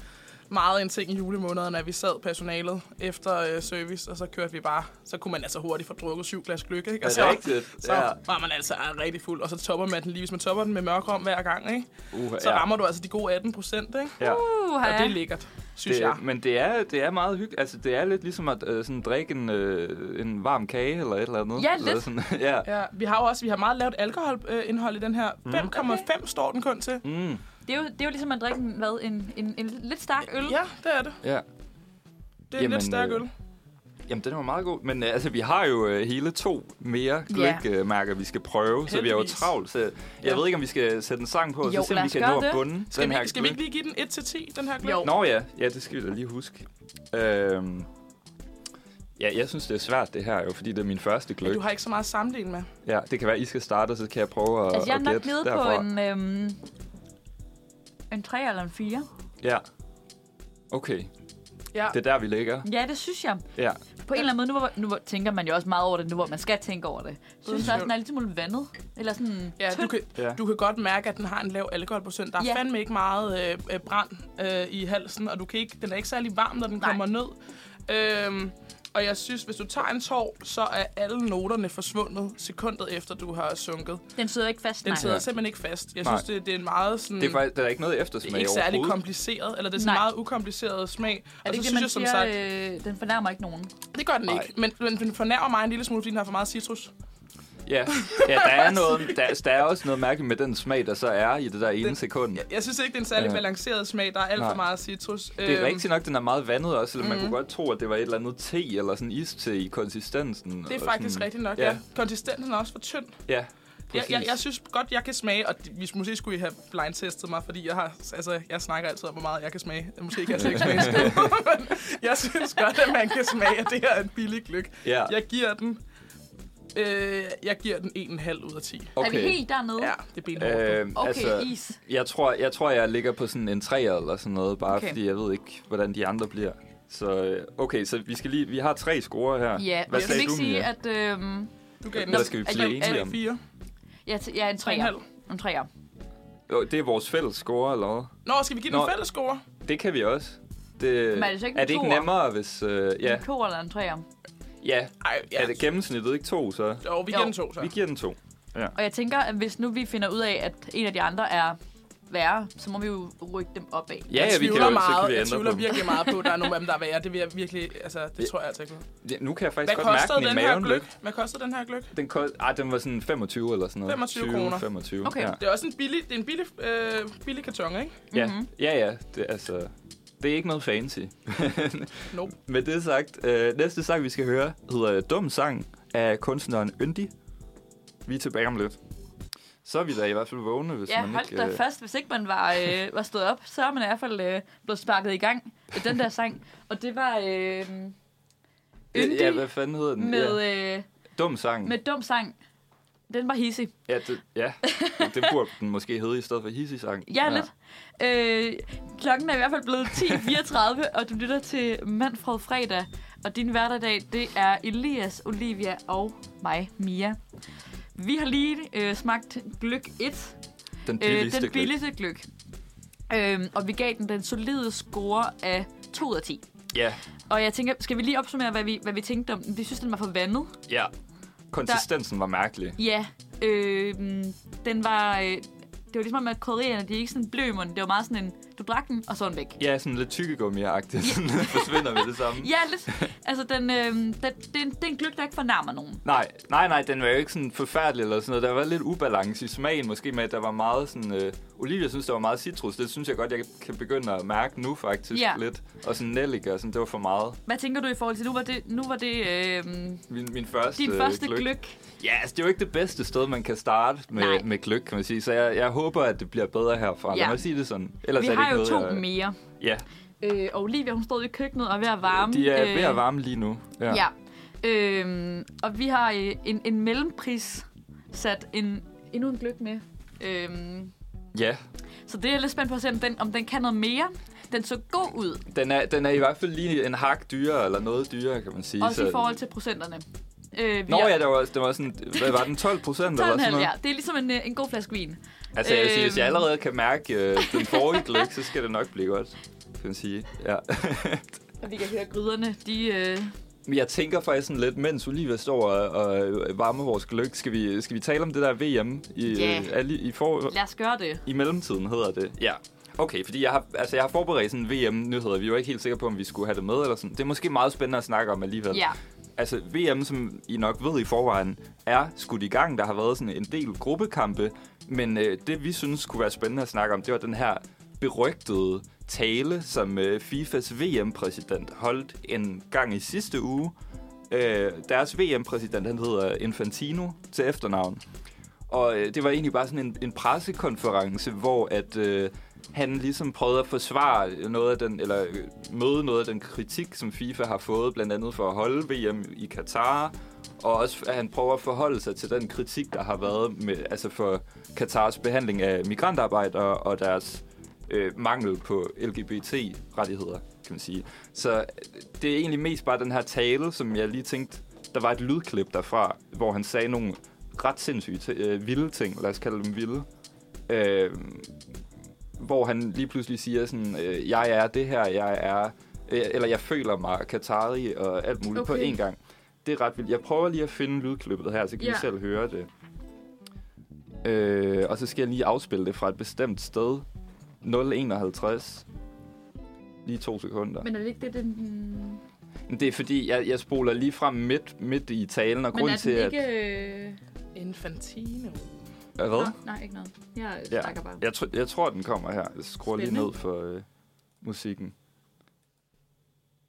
meget en ting i julemånederne, at vi sad personalet efter øh, service, og så kørte vi bare. Så kunne man altså hurtigt få drukket syv glas gløk, ikke?
Er
Og
det
så,
rigtigt?
så
Ja.
var man altså rigtig fuld, og så topper man den lige. Hvis man topper den med mørk rom hver gang, ikke?
Uha,
Så
ja.
rammer du altså de gode 18 procent, ikke?
Ja.
Uh,
Og det er
ja.
lækkert, synes jeg.
Det, men det er, det er meget hyggeligt. Altså, det er lidt ligesom at øh, sådan, drikke en, øh, en varm kage eller et eller andet.
Ja,
eller
lidt.
Sådan, ja.
Ja, vi har jo også vi har meget lavt alkoholindhold i den her. 5,5 står den kun til.
Mm,
Det er, jo, det er jo ligesom at drikke en, hvad, en, en, en lidt stærk øl.
Ja, det er det.
ja.
Det er en
Jamen,
lidt stærk
øh,
øl.
Jamen, den var meget god. Men øh, altså, vi har jo øh, hele to mere gløk-mærker, vi skal prøve, så vi er jo
Heldigvis.
travlt. Så jeg
Ja.
ved ikke, om vi skal sætte en sang på, og
Jo,
så se,
lad
om vi
os
kan
gøre
nå at
det.
bunde
Skal,
den
vi,
her
skal vi
gløgg.
ikke lige give den 1-10, den her gløb?
Jo.
Nå ja, ja, det skal vi da lige huske. Øhm, ja, jeg synes, det er svært det her jo, fordi det er min første gløk.
Du har ikke så meget at sammenligne med.
Ja, det kan være, I skal starte, og så kan jeg prøve at
Altså, jeg er
at
nok
gætte
nede på
derfra.
en, øhm, en 3 eller en 4.
Ja. Okay,
Ja,
det er der, vi ligger.
Ja, det synes jeg.
Ja.
På en eller anden måde, nu, hvor, nu hvor, tænker man jo også meget over det, nu hvor man skal tænke over det. Jeg synes også,
tvivl.
den er lidt smule vandet. Eller sådan
ja, du, kan,
Ja.
du kan godt mærke, at den har en lav alkoholprocent. Der er
Ja.
ja. fandme ikke meget øh, øh, brand øh, i halsen, og du kan ikke, den er ikke særlig varm, når den
Nej.
Nej. kommer ned. Øhm, og jeg synes, hvis du tager en tår, så er alle noterne forsvundet sekundet efter, du har sunket.
Den sidder ikke fast,
Den
nej.
sidder simpelthen ikke fast. Jeg
Nej.
synes, det, det er en meget sådan...
Det er faktisk, der er ikke noget eftersmag
Mm. det er ikke særlig
overhovedet.
kompliceret, eller det er sådan
Nej.
meget ukompliceret smag.
Er
og
det
Altså, så
ikke det,
synes
man
jeg som
siger,
sagt,
øh, den fornærmer ikke nogen?
det gør den
Nej.
ikke, men, men den fornærmer mig en lille smule, fordi den har for meget citrus.
Ja, ja der, er noget, der, der er også noget mærkeligt med den smag, der så er i det der ene
Den-
sekund.
Jeg, jeg synes ikke, det er en særlig
Ja.
balanceret smag. Der er alt
Nej.
for meget citrus.
Det er
Øhm,
rigtigt nok, den er meget vandet også, eller man
Mhm.
kunne godt tro, at det var et eller andet te eller sådan iste i konsistensen.
Det er
og
faktisk
sådan.
rigtigt nok, ja.
Ja.
ja. Konsistensen er også for tynd.
Ja,
Jeg,
præcis.
jeg, jeg synes godt, jeg kan smage, og vi måske skulle I have blindtestet mig, fordi jeg har, altså, jeg snakker altid om, hvor meget jeg kan smage. Måske kan jeg slet ikke smage skid, men jeg synes godt, at man kan smage, at det her er en billig gløk.
Ja,
Jeg giver den, øh, jeg giver den 1,5 ud af 10.
Okay. Er vi helt dernede?
Ja, det er benhårdt.
Øh,
Okay,
altså,
is.
jeg, tror, jeg tror, jeg ligger på sådan en 3 eller sådan noget, bare
Okay.
okay. fordi jeg ved ikke, hvordan de andre bliver. Så øh, okay, så vi skal lige, vi har tre score her.
Ja,
Hvad
jeg skal
sagde
vi ikke
du,
sige,
Mia?
at... Øhm,
du gav den
Eller skal vi
at-
blive
at-
enige om?
4.
jeg, t- jeg er en træer.
3,5.
En træer.
Jo, Det er vores fælles score, eller hvad?
Nå, skal vi give
Nå.
den fælles score?
Det kan vi også. Det,
Men er det så ikke
er
en
det ikke
toer?
nemmere, hvis... Øh, ja,
En to eller en træer.
ja.
Ej, ja.
Er det gennemsnittet ikke to, så?
Jo, vi giver
Jo.
den to, så.
Vi giver den to.
Og jeg tænker, at hvis nu vi finder ud af, at en af de andre er værre, så må vi jo rykke dem op af.
Ja, ja, vi kan
tvivler
jo, så
meget,
kan vi
jeg
ændre på
tvivler
dem.
virkelig meget på, at der er nogle af dem, der er værre. Det vil jeg virkelig, altså, det
Ja.
tror jeg altså ikke. på.
Ja, Nu kan jeg
Hvad
faktisk godt mærke
kostede
den i
den her
maven
gløk?
lidt.
Hvad kostede den her gløk?
Den, kost, ah, den var sådan 25 eller sådan noget.
25
20,
kroner.
25.
Okay.
Ja,
Det er også en billig, det er en billig, øh, billig karton, ikke?
ja,
Mhm.
ja. ja det, altså, det er ikke noget fancy.
Nope.
Med det sagt, øh, næste sang, vi skal høre, hedder Dum Sang af kunstneren Yndi. Vi er tilbage om lidt. Så er vi da i hvert fald vågne, hvis
Ja,
man
hold
ikke... øh,
da fast. Hvis ikke man var, øh, var stået op, så er man i hvert fald øh, blevet sparket i gang med den der sang. Og det var øh, Yndi
Ja, hvad fanden hedder den?
med,
ja.
øh,
Dum Sang.
med dum sang. Den var hissig.
Ja, det, ja. det burde den måske hedde i stedet for hissisang.
Ja, lidt. Øh, klokken er i hvert fald blevet 10.34, og du lytter til Manfred Fredag. Og din hverdag, det er Elias, Olivia og mig, Mia. Vi har lige øh, smagt gløk 1,
Den
øh,
billigste.
den
gløgg.
billigste gløk. Øh, og vi gav den den solide score af 2 ud af 10.
Ja,
Og jeg tænker, skal vi lige opsummere, hvad vi, hvad vi tænkte om den? Vi synes, den var for vandet.
ja. Konsistensen var mærkelig.
Ja, øh, den var... Øh, det var ligesom med krydderierne, de er ikke sådan blø, men det var meget sådan en... Du drak den, og så var den væk.
Ja, sådan lidt tykkegummi-agtigt. Sådan forsvinder med det samme.
Ja, lidt. Altså, den, øh, den, den, den gløk, der ikke fornærmer nogen.
Nej, nej, nej, den var jo ikke sådan forfærdelig eller sådan noget. Der var lidt ubalance i smagen, måske med, at der var meget sådan... Øh, Olivia synes, der var meget citrus. Det synes jeg godt, jeg kan begynde at mærke nu faktisk
Ja.
lidt. Og sådan nellike og sådan, det var for meget.
Hvad tænker du i forhold til, nu var det, nu var det øh,
Min, min første
din øh, første gløk.
gløgg. Ja, altså, det er jo ikke det bedste sted, man kan starte
Nej.
med, med gløk, kan man sige. Så jeg, jeg håber, at det bliver bedre herfra.
Ja.
Lad mig sige det sådan. Ellers
Vi
er det
har
ikke
jo to
noget, jeg...
mere.
Ja,
Øh, og Olivia, hun stod i køkkenet og er ved at varme. øh,
de er ved at varme lige nu.
Ja. ja. Øh, og vi har øh, en, en mellempris sat en, endnu en gløk med. Øh,
ja.
så det er jeg lidt spændt på at se, om den, om den kan noget mere. Den så god ud,
Den, er, den er i hvert fald lige en hak dyrere, eller noget dyrere, kan man sige.
også i forhold til procenterne. Øh, vi
Nå
har-
ja, der var, der var sådan, hvad var den, 12 procent eller sådan
12,5,
noget?
ja. Det er ligesom en, øh, en god flaske vin.
Altså, jeg vil sige, hvis jeg
Øhm.
allerede kan mærke øh, den forrige gløk, så skal det nok blive godt, kan man sige. Ja.
Og vi kan høre gryderne, de... Øh,
Men jeg tænker faktisk sådan lidt, mens Olivia står og, og varmer vores gløk, skal vi, skal vi tale om det der VM i,
Ja.
øh, er lige- i, for,
lad os gøre det.
I mellemtiden hedder det, ja. Okay, fordi jeg har, altså jeg har forberedt sådan VM-nyheder. Vi var ikke helt sikre på, om vi skulle have det med eller sådan. Det er måske meget spændende at snakke om alligevel.
Ja.
Altså VM, som I nok ved i forvejen, er skudt i gang. Der har været sådan en del gruppekampe. Men øh, det, vi synes kunne være spændende at snakke om, det var den her berygtede tale, som øh, FIFAs VM-præsident holdt en gang i sidste uge. Øh, deres VM-præsident, han hedder Infantino til efternavn. Og øh, det var egentlig bare sådan en, en pressekonference, hvor at øh, han ligesom prøvede at forsvare noget af den, eller øh, møde noget af den kritik, som FIFA har fået, blandt andet for at holde VM i Katar, og også at han prøver at forholde sig til den kritik, der har været med, altså for Katars behandling af migrantarbejdere og deres øh, mangel på LGBT-rettigheder, kan man sige. Så øh, det er egentlig mest bare den her tale, som jeg lige tænkte, der var et lydklip derfra, hvor han sagde nogle ret sindssyge, t- øh, vilde ting, lad os kalde dem vilde, øh, hvor han lige pludselig siger sådan, øh, jeg er det her, jeg er, øh, eller jeg føler mig Katari og alt muligt okay. på
Okay.
én gang. Det er ret vildt. Jeg prøver lige at finde lydklippet her, så kan
Ja.
I selv høre det. Øh, og så skal jeg lige afspille det fra et bestemt sted. 0,51. Lige to sekunder.
Men er det ikke det, den... Men
Men det er fordi, jeg, jeg spoler lige frem midt, midt i talen, og grund
er
til,
den ikke...
at...
Øh...
Infantino.
Øh, Hvad?
Nå, nej, ikke noget. Jeg
Ja.
ja. snakker bare.
Jeg, tr- jeg tror, den kommer her. Jeg skruer lige
Spændende.
ned for øh, musikken.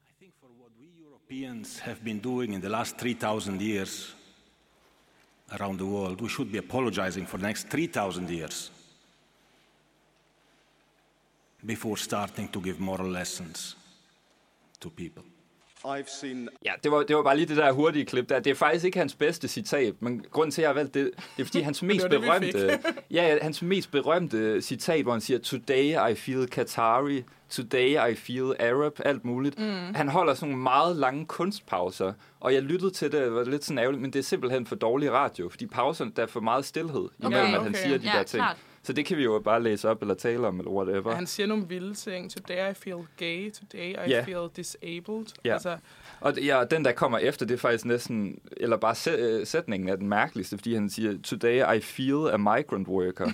I think for what we Europeans have been doing in the last 3,000 years around the world, we should be apologizing for the next 3,000 years before starting to give moral lessons to people.
I've seen
Ja, det var, det var bare lige det der hurtige klip der. Det er faktisk ikke hans bedste citat, men grunden til, at jeg har valgt det, det er fordi hans mest
var det, vi
berømte... ja, ja, hans mest berømte citat, hvor han siger, Today I feel Qatari, today I feel Arab, alt muligt. Mm. Han holder sådan nogle meget lange kunstpauser, og jeg lyttede til det, og det var lidt sådan ærgerligt, men det er simpelthen for dårlig radio, fordi pauserne, der er for meget stillhed imellem, at han
okay.
siger de
Ja,
der ting.
klart.
Så det kan vi jo bare læse op eller tale om, eller whatever.
Og han siger nogle vilde ting. Today I feel gay, today I
Ja.
yeah. feel disabled.
Ja.
Altså,
Og ja, og den, der kommer efter, det er faktisk næsten, eller bare sæ- øh, sætningen er den mærkeligste, fordi han siger, Today I feel a migrant worker.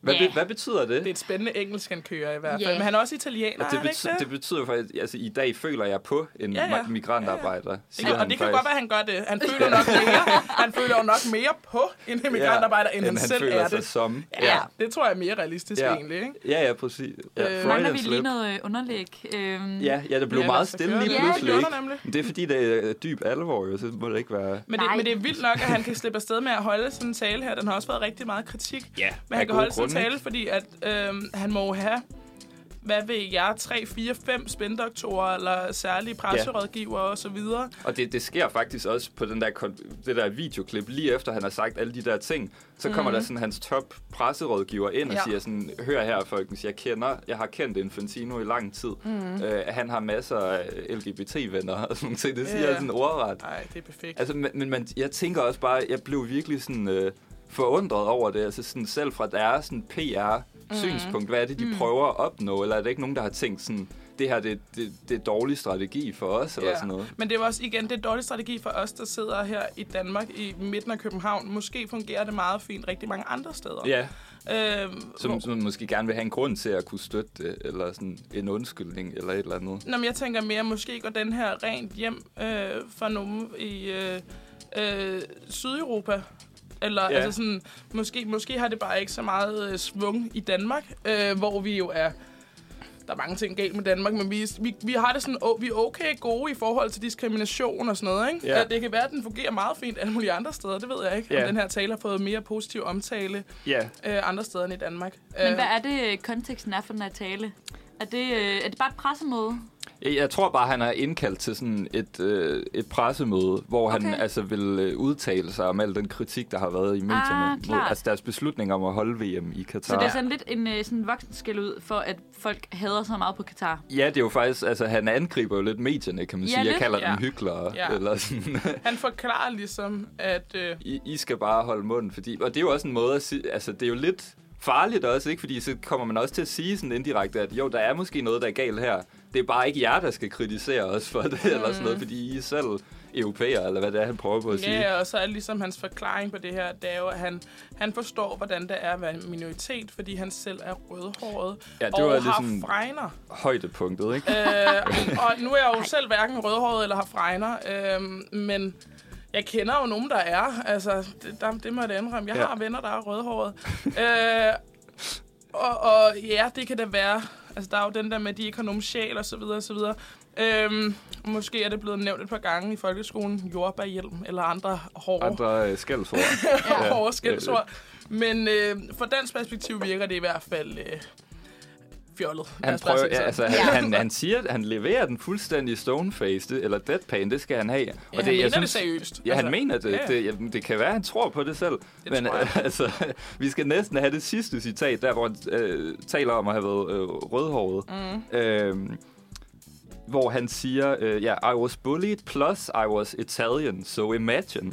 hvad,
Ja.
yeah. hvad betyder det?
det er et spændende engelsk, han kører i hvert fald.
Ja.
Men han er også italiener,
Og det,
er han ikke
betyder, det betyder faktisk, altså i dag føler jeg på en
Ja, ja.
ja, migrantarbejder, ja, ja. siger
Ja, og
han
det kan
faktisk.
godt være, at han gør det. Han føler, nok mere, han føler jo nok mere på en immigrantarbejder, end, han,
han
selv
føler
er
sig
det.
som.
Ja, det tror jeg er mere realistisk ja. egentlig. Ikke?
Ja, ja, præcis.
Øh,
Ja,
Mangler vi
Freudian
lige
slip.
noget øh, underlæg? Øhm,
Ja, ja, det blev
Ja,
meget
så
stille
kører
lige
det. Ja, det
pludselig.
gjorde
ikke?
der nemlig.
Men det er fordi, det er øh, dyb alvor, jo, så må det ikke være...
Men det,
Nej.
men det er vildt nok, at han kan slippe afsted med at holde sådan en tale her. Den har også fået rigtig meget kritik.
Ja,
men
af
han kan
gode
holde sådan en
grunde,
tale,
ikke?
fordi at, øhm, han må jo have, hvad ved jeg, 3, 4, 5 spændoktorer eller særlige presserådgiver og så videre.
Og det, det sker faktisk også på den der, kon- det der videoklip, lige efter han har sagt alle de der ting, så kommer der sådan hans top presserådgiver ind og
Mhm. Ja.
siger sådan, hør her folkens, jeg kender, jeg har kendt Infantino i lang tid.
Mhm.
Mm. Øh, han har masser af LGBT-venner og sådan nogle ting, det siger
Ja.
yeah. sådan ordret.
Nej, det er perfekt.
Altså, men, men man, jeg tænker også bare, jeg blev virkelig sådan øh, forundret over det, altså sådan selv fra deres sådan
Mhm.
PR-synspunkt, hvad er det, de mm. prøver at opnå, eller er der ikke nogen, der har tænkt sådan, det her, det, det, det er dårlig strategi for os, eller
Ja.
sådan noget.
Men det er jo også igen, det er en dårlig strategi for os, der sidder her i Danmark, i midten af København. Måske fungerer det meget fint rigtig mange andre steder.
Ja,
Øhm,
Som,
hvor-
som måske gerne vil have en grund til at kunne støtte det, eller sådan en undskyldning, eller et eller andet.
Nå, men jeg tænker mere, måske går den her rent hjem øh, for nogen i øh, øh, Sydeuropa. Eller ja.
Ja.
altså sådan, måske, måske har det bare ikke så meget øh, svung i Danmark, øh, hvor vi jo er... Der er mange ting galt med Danmark, men vi, vi, vi har det sådan, oh, vi er okay gode i forhold til diskrimination og sådan noget, ikke?
Ja.
Ja. Det kan være, at den fungerer meget fint alle mulige andre steder, det ved jeg ikke, ja.
Ja.
om den her tale har fået mere positiv omtale
Ja.
øh, andre steder end i Danmark.
Men hvad er det, øh, konteksten er for den her tale? Er det, øh, er det bare et pressemøde?
Jeg, jeg tror bare, han har indkaldt til sådan et, øh, et pressemøde, hvor okay. han
Okay.
altså vil øh, udtale sig om al den kritik, der har været i medierne.
Ah, klart.
altså deres beslutning om at holde VM i Katar.
Så det er sådan lidt en øh, sådan voksen skæld ud for, at folk hader så meget på Katar.
Ja, det er jo faktisk, altså han angriber jo lidt medierne, kan man
Ja,
sige. Jeg
lidt.
kalder
Ja.
dem hyklere,
Ja.
eller sådan.
Han forklarer ligesom, at... Øh,
I, I skal bare holde munden, fordi... Og det er jo også en måde at sige... Altså, det er jo lidt farligt også, ikke? Fordi så kommer man også til at sige sådan indirekte, at jo, der er måske noget, der er galt her. Det er bare ikke jer, der skal kritisere os for det, mm. eller sådan noget, fordi I er selv europæer, eller hvad det er, han prøver på at sige.
Ja, og så er ligesom hans forklaring på det her, det er jo, at han, han forstår, hvordan det er at være en minoritet, fordi han selv er rødhåret
Ja, det var
og har
ligesom-
fregner.
Højdepunktet, ikke?
Øh, og nu er jeg jo selv hverken rødhåret eller har fregner, øh, men jeg kender jo nogen, der er. Altså, det, der, det må jeg da indrømme. Jeg
Ja.
ja. har venner, der er rødhåret. øh, og, og ja, det kan da være... Altså, der er jo den der med, at de ikke har nogen sjæl og så videre og så videre. Øhm, måske er det blevet nævnt et par gange i folkeskolen, jordbærhjelm eller andre hårde
Andre øh, skældsord.
ja. hårde skældsord. Men øh, fra dansk perspektiv virker det i hvert fald øh, fjollet. Lad
Han
os bare
prøver,
sige det
ja, altså,
sådan.
han, han, han siger, at han leverer den fuldstændig stone-faced, eller deadpan, det skal han have.
han
Og
mener det seriøst.
Ja, han
Altså,
mener det.
ja, ja.
Det, ja, det kan være, han tror på det selv. Det men
tror jeg.
altså, vi skal næsten have det sidste citat, der hvor han øh, taler om at have været øh, rødhåret. Mm. Øhm, hvor han siger, øh, ja, I was bullied, plus I was Italian, so imagine.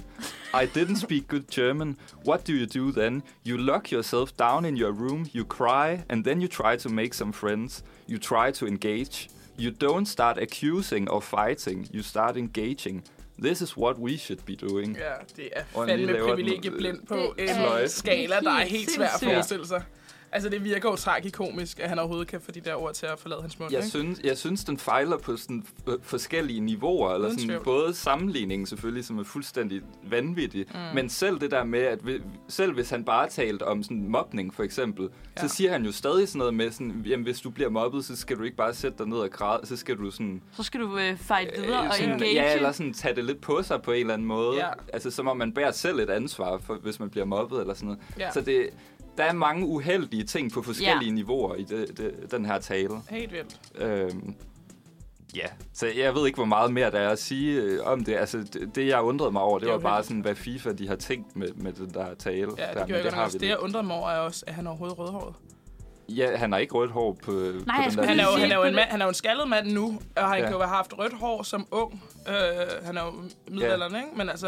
I didn't speak good German. What do you do then? You lock yourself down in your room, you cry, and then you try to make some friends. You try to engage. You don't start accusing or fighting, you start engaging. This is what we should be doing.
Ja, det er
Og han lige
fandme
laver den,
privilegieblind på
Det
en
er
skala, der er helt
helt
svær at
sindssygt.
forestille sig. Altså, det virker jo tragikomisk, at han overhovedet kan få de der ord til at forlade hans mund.
Jeg
ikke?
synes, jeg synes, den fejler på sådan f- forskellige niveauer, eller
Uden
sådan,
tvivl.
både sammenligningen selvfølgelig, som er fuldstændig vanvittig, mm. men selv det der med, at vi, selv hvis han bare talte om sådan mobning for eksempel, ja.
Ja.
så siger han jo stadig sådan noget med, sådan, jamen, hvis du bliver mobbet, så skal du ikke bare sætte dig ned og græde, så skal du sådan,
Så skal du øh, fight videre og
sådan
engage.
ja, eller sådan tage det lidt på sig på en eller anden måde.
Ja.
Altså som om man bærer selv et ansvar, for, hvis man bliver mobbet eller sådan noget.
Ja.
Så det, der er mange uheldige ting på forskellige niveauer i det, det, den her tale.
Helt vildt.
Øhm, ja, så jeg ved ikke, hvor meget mere der er at sige øh, om det. Altså, det, det jeg undrede mig over, det
Det er
var bare
uheldigt.
sådan, hvad FIFA de har tænkt med, med den der tale.
Ja, det
der, men
gjorde jeg godt nok også. Det, jeg
lidt.
undrer mig over, er også, at han er overhovedet rødhåret.
Ja, han har ikke rødt hår på,
jeg
på den
skulle
der
Han er, jo,
lige
han, er jo en
sige-
mand, han er jo en skaldet mand nu, og han
Ja.
ja. kan jo have haft rødt hår som ung. Øh, han er jo middelalderen, ikke? Men altså...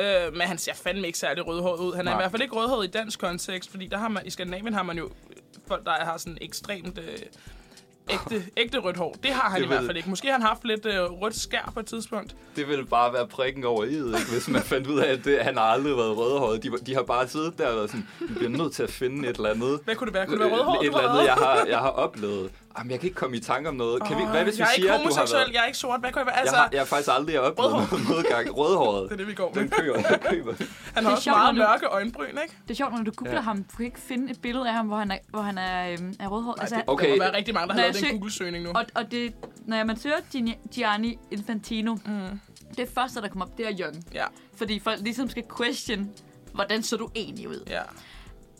Øh, men han ser fandme ikke særlig rødhåret ud. Han er
Nej.
Nej. i hvert fald ikke rødhåret i dansk kontekst, fordi der har man, i Skandinavien har man jo folk, der har sådan ekstremt øh, ægte, ægte rødt hår. Det har han
Det
i
ved-
hvert fald ikke. Måske har han haft lidt øh, rødt skær på et tidspunkt.
Det ville bare være prikken over i, ikke? hvis man fandt ud af, at det, han har aldrig været rødhåret. De, var- de har bare siddet der og været sådan, vi bliver nødt til at finde et eller andet.
Hvad kunne det være? Kunne det være
Et
rødhåret?
eller andet, jeg har, jeg har oplevet. Jamen, jeg kan ikke komme i tanke om noget. Kan vi, hvad hvis vi
jeg er
siger,
ikke
at du har
homoseksuel,
været...
jeg er ikke sort. Hvad kunne jeg være?
Jeg
Altså,
har, jeg har faktisk aldrig oplevet
Rødhåret.
noget modgang. Rødhåret.
det er det, vi går med.
Den køber, den køber.
Han har
Det er
også
sjovt,
meget
når du-
mørke øjenbryn, ikke?
Det er sjovt, når du googler
Ja.
ja. ham, du kan ikke finde et billede af ham, hvor han er, hvor han er, øhm, er rødhåret. Altså,
Altså,
okay.
okay. Der må være rigtig mange, der har
Når
lavet
jeg
den
søg-
Google-søgning nu.
og, og det, når man søger Gini- Gianni Infantino, mm. det første, der kommer op, det er Young.
Ja,
Fordi folk ligesom skal question, hvordan så du egentlig ud?
ja.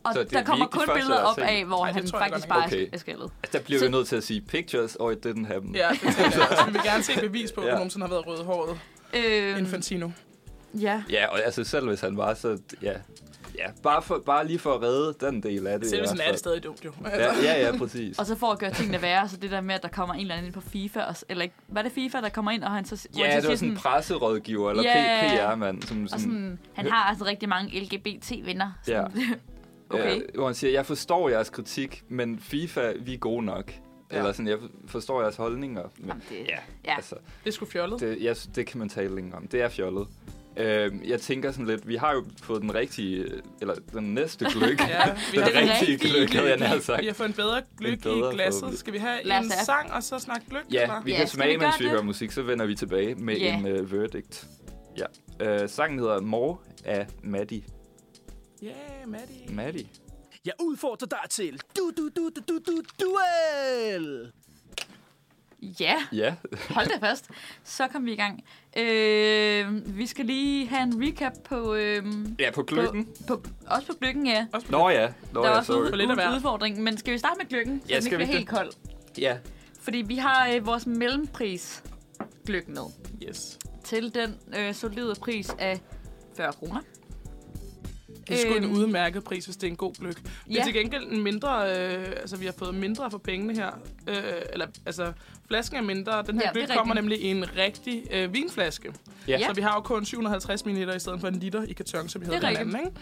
Og
Så det er
der kommer
virkelig første,
kun billeder
der er
op
set.
af, hvor
Ej,
Ej,
det
han
tror jeg godt
faktisk bare
nok ikke.
okay.
Okay.
er skaldet.
Altså, der bliver så...
Så-
vi nødt til at sige pictures, or it didn't happen.
ja det tænker jeg Mm. også. Altså, Vi vil gerne se et bevis på, at
Ja.
du nogensinde har været rødhåret.
Øh,
Infantino.
ja.
ja, og altså selv hvis han var, så ja. ja bare, for, bare lige for at redde den del af det. i
Selv hvis han
hvert
er det
fald.
stadig dumt, jo. Altså,
Ja, ja, ja, præcis.
Og så for at gøre tingene værre, så det der med, at der kommer en eller anden ind på FIFA, og, s- eller ikke, hvad er det FIFA, der kommer ind, og han så s- hvor han
Ja,
så
det var sådan en presserådgiver, eller
Ja.
yeah. PR-mand, som sådan...
og sådan, han har altså rigtig mange LGBT-venner.
ja.
Okay.
Øh, hvor han siger, jeg forstår jeres kritik, men FIFA, vi er gode nok. Ja.
Ja.
Eller sådan, jeg forstår jeres holdninger. Men,
Jamen, det-
ja,
ja.
altså,
det er sgu fjollet.
det, jeg, det kan man tale længere om. Det er fjollet. Øh, jeg tænker sådan lidt, vi har jo fået den rigtige, øh, eller den næste gløk.
Ja, vi
den
har,
rigtig
rigtige
rigtige
gløk, havde jeg nær sagt.
vi har fået en bedre gløk
En bedre
i glasset.
forhåbentlig.
Skal vi have
Lad os
en
da.
sang, og så snakke gløk?
Ja,
eller?
vi
Ja,
kan
skal
smage,
vi gøre
mens vi
det?
hører musik, så vender vi tilbage med
Ja.
en uh, verdict. Ja. Øh, sangen hedder More af Maddie.
Yeah, Maddie.
Maddie?
Jeg udfordrer dig til du du du du du du duel.
Ja,
Ja,
hold da fast. Så kom vi i gang. Øh, vi skal lige have en recap på... Øh,
ja på gløkken.
På, på, også på gløkken, ja.
Nå ja, Nå,
Der er
ja
også
sorry.
For lidt af
en
hver.
udfordring, men skal vi starte med gløkken, så
Ja,
den
skal
ikke
vi det?
bliver helt kold?
Ja.
Fordi vi har øh, vores mellempris gløk med
Yes.
til den øh, solide pris af 40 kroner.
Det er sgu en
Øhm.
udmærket pris, hvis det er en god gløk. Men
Ja.
ja. til gengæld en mindre... Øh, altså, vi har fået mindre for pengene her. Øh, eller, altså, flasken er mindre. Den her
Ja,
ja,
det er
gløk kommer
rigtigt.
nemlig i en rigtig øh, vinflaske.
Ja.
Ja.
Så vi har jo kun 750 ml i stedet for en liter i karton, som vi havde
Det er
den anden,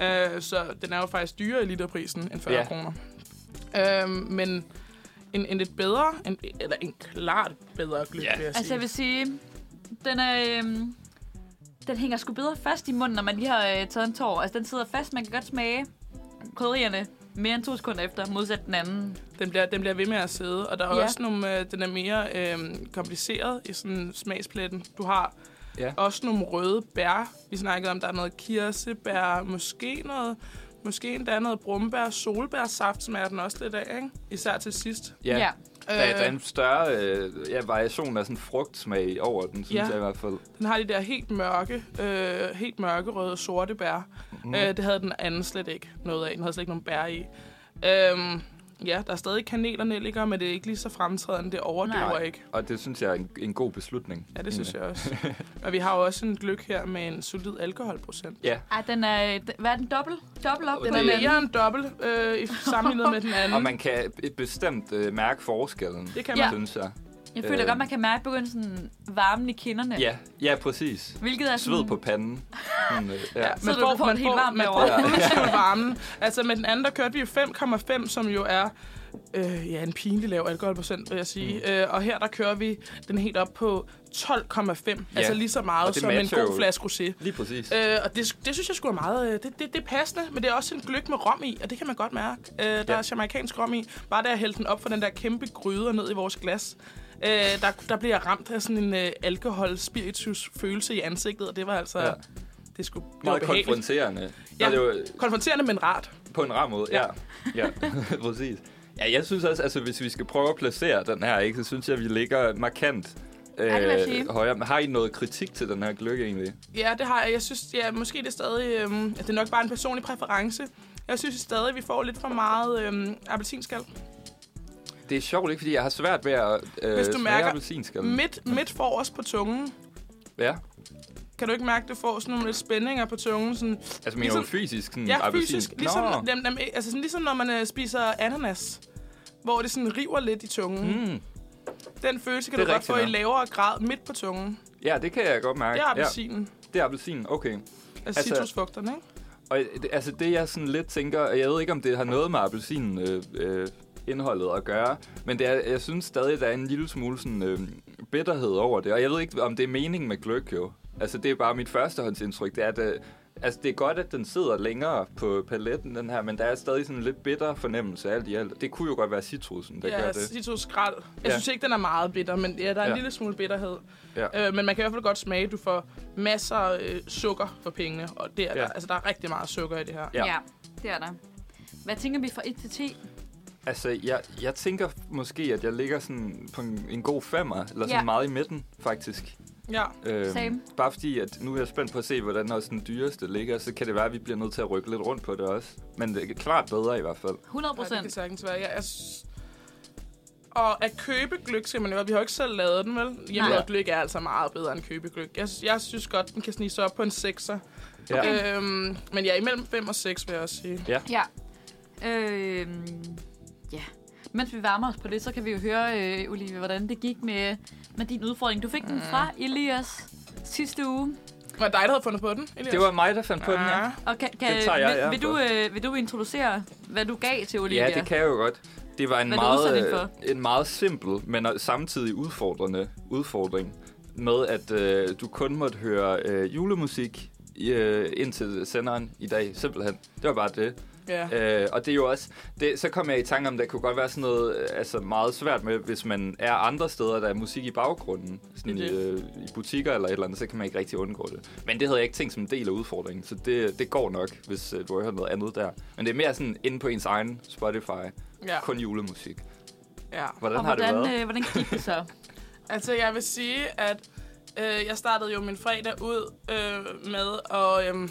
ikke? Øh, så den er jo faktisk dyrere i literprisen end 40
Ja.
ja. kroner. Øh, men en, en lidt bedre, en, eller en klart bedre gløk,
Ja.
vil jeg
Altså,
sige.
jeg vil sige, den er... Øhm, den hænger sgu bedre fast i munden, når man lige har øh, taget en tår. Altså, den sidder fast. Man kan godt smage krydderierne mere end to sekunder efter, modsat den anden.
Den bliver, den bliver ved med at sidde, og der er
Ja.
ja. også nogle, øh, den er mere øh, kompliceret i sådan smagspletten. Du har
Ja.
ja. også nogle røde bær. Vi snakkede om, der er noget kirsebær, måske noget, måske endda noget brumbær, solbærsaft, som er den også lidt af, ikke? Især til sidst.
ja. ja. Der, er- der er
Øh.
en større øh, ja, variation af sådan frugtsmag over den, synes
Ja.
jeg i hvert fald.
Den har de der helt mørke, øh, helt mørke røde sorte bær. Mm. Øh, det havde den anden slet ikke noget af. Den havde slet ikke nogen bær i. Øhm, ja, der er stadig kanel og nelliker, men det er ikke lige så fremtrædende. Det overdøver
Nej.
ikke.
Og det synes jeg er en, en god beslutning.
Ja, det synes jeg også. Og vi har jo også en gløk her med en solid alkoholprocent.
Ja,
Ej, den er... øh, Hvad er den? Dobbelt? Dobbelt op?
Og
Den
Den
er
det-
anden.
mere end dobbelt øh, i sammenlignet med den anden.
og man kan b- bestemt øh, mærke forskellen,
Mm. Det kan
Ja.
man.
man.
synes jeg.
Jeg føler
Øh.
godt, man kan mærke begyndelsen varmen i kinderne.
Ja, ja præcis.
Hvilket er sådan,
Sved på panden. Sådan, øh, ja.
Ja,
Så du får den helt varm
man
derovre.
får uden tvivl varmen. Altså med den anden, der kørte vi jo 5,5, som jo er øh, ja, en pinlig lav alkoholprocent, vil jeg sige. Mm. Øh, og her der kører vi den helt op på 12,5. Yeah. Altså lige så
og
meget
det
som en
matcher
god
jo-
flaske rosé.
Lige præcis.
Øh, og det, det synes jeg sgu er meget... øh, Det, det, det er passende, men det er også en gløk med rom i, og det kan man godt mærke. Øh, der
Ja.
er jamaikansk rom i. Bare da jeg hældte den op for den der kæmpe gryde og ned i vores glas, øh, der, der blev jeg ramt af sådan en øh, alkohol-spiritus-følelse i ansigtet, og det var altså...
Ja.
Ja. Det skulle
Meget konfronterende.
Ja,
Nå, det var
konfronterende, men rart.
på en rar måde, ja. Ja, præcis. Ja, jeg synes også, altså hvis vi skal prøve at placere den her, ikke, så synes jeg, vi ligger markant
Ja, det vil jeg
øh,
sige.
højere. Men Har I noget kritik til den her gløgg egentlig?
Ja, det har jeg. Jeg synes, ja, måske det er stadig... Øhm, at det er nok bare en personlig præference. Jeg synes stadig, at vi får lidt for meget øhm, appelsinskal.
Det er sjovt, ikke? Fordi jeg har svært ved at øh,
Hvis du
smage
mærker
appelsinskallen.
Midt, midt forrest på tungen.
Ja,
Kan du ikke mærke, at du får sådan nogle lidt spændinger på tungen? Sådan,
altså mener
Ligesom-
du fysisk sådan
Ja,
appelsin?
fysisk.
Nå.
Ligesom, dem, dem, altså sådan, ligesom når man øh, spiser ananas, hvor det sådan river lidt i tungen. Mm.
Mm.
Den følelse kan
Det er
du godt
rigtigt
få i
nok.
lavere grad midt på tungen.
Ja, det kan jeg godt mærke.
Det er
ja,
appelsinen. Ja.
det er appelsin, okay.
Altså,
Altså-
citrusfugterne, ikke?
Og det, altså det, jeg sådan lidt tænker, og jeg ved ikke, om det har noget med appelsinen øh, øh, indholdet at gøre, men det er, jeg synes stadig, der er en lille smule sådan, øh, bitterhed over det, og jeg ved ikke, om det er meningen med gløk jo. Altså det er bare mit førstehåndsindtryk, det er, at øh, altså, det er godt, at den sidder længere på paletten, den her, men der er stadig sådan en lidt bitter fornemmelse alt i alt. Det kunne jo godt være citrusen, der ja, gør
Ja,
det.
citruskrald. Jeg
Ja.
synes ikke, den er meget bitter, men ja, der er en
Ja.
lille smule bitterhed.
Ja.
Øh, men man kan i hvert fald godt smage, at du får masser af øh, sukker for pengene, og det er
Ja.
der, altså, der er rigtig meget sukker i det her.
Ja.
ja, det er der. Hvad tænker vi fra 1 til 10?
Altså, jeg, jeg tænker måske, at jeg ligger sådan på en, en god femmer, eller sådan
Ja.
meget i midten, faktisk.
Ja.
Øhm,
Same.
Bare fordi, at nu er jeg spændt på at se, hvordan også den dyreste ligger, så kan det være, at vi bliver nødt til at rykke lidt rundt på det også. Men det er klart bedre i hvert fald.
100
Ja, det kan
procent.
sagtens være. Ja, jeg s- og at købe gløk, siger man jo, og vi har jo ikke selv lavet den, vel? Hjemmelavet gløk er altså meget bedre end købe gløk. Jeg, jeg synes godt, den kan snige sig op på en 6'er.
Ja.
Okay. Øhm, men ja, imellem 5 og 6, vil jeg også sige.
Ja. Øh, ja. Mens vi varmer os på det, så kan vi jo høre, øh, Olivia, hvordan det gik med, med din udfordring. Du fik
Mm.
den fra Elias sidste uge.
Var det dig, der havde fundet på den, Elias?
Det var mig, der fandt på den.
Ja.
Ja.
Og kan, kan,
Det tager jeg
vil,
æren
vil, du, øh, vil du introducere, hvad du gav til Olivia?
ja, det kan jeg jo godt. Det var en
Hvad er du udsat hende
meget, øh, en meget simpel, men øh, samtidig udfordrende udfordring med, at øh, du kun måtte høre øh, julemusik øh, indtil senderen i dag, simpelthen. Det var bare det.
Ja.
Øh, og det er jo også, det, så kom jeg i tanke om, der kunne godt være sådan noget øh, altså meget svært med, hvis man er andre steder, der er musik i baggrunden, sådan
Det er
i, øh, i butikker eller et eller andet, så kan man ikke rigtig undgå det. Men det havde jeg ikke tænkt som en del af udfordringen, så det, det går nok, hvis øh, du har hørt noget andet der. Men det er mere sådan inde på ens egen Spotify,
Ja.
ja. kun julemusik.
ja.
Hvordan
og
har
hvordan,
det været?
øh, hvordan gik det så?
Altså, jeg vil sige, at øh, jeg startede jo min fredag ud øh, med at, øh,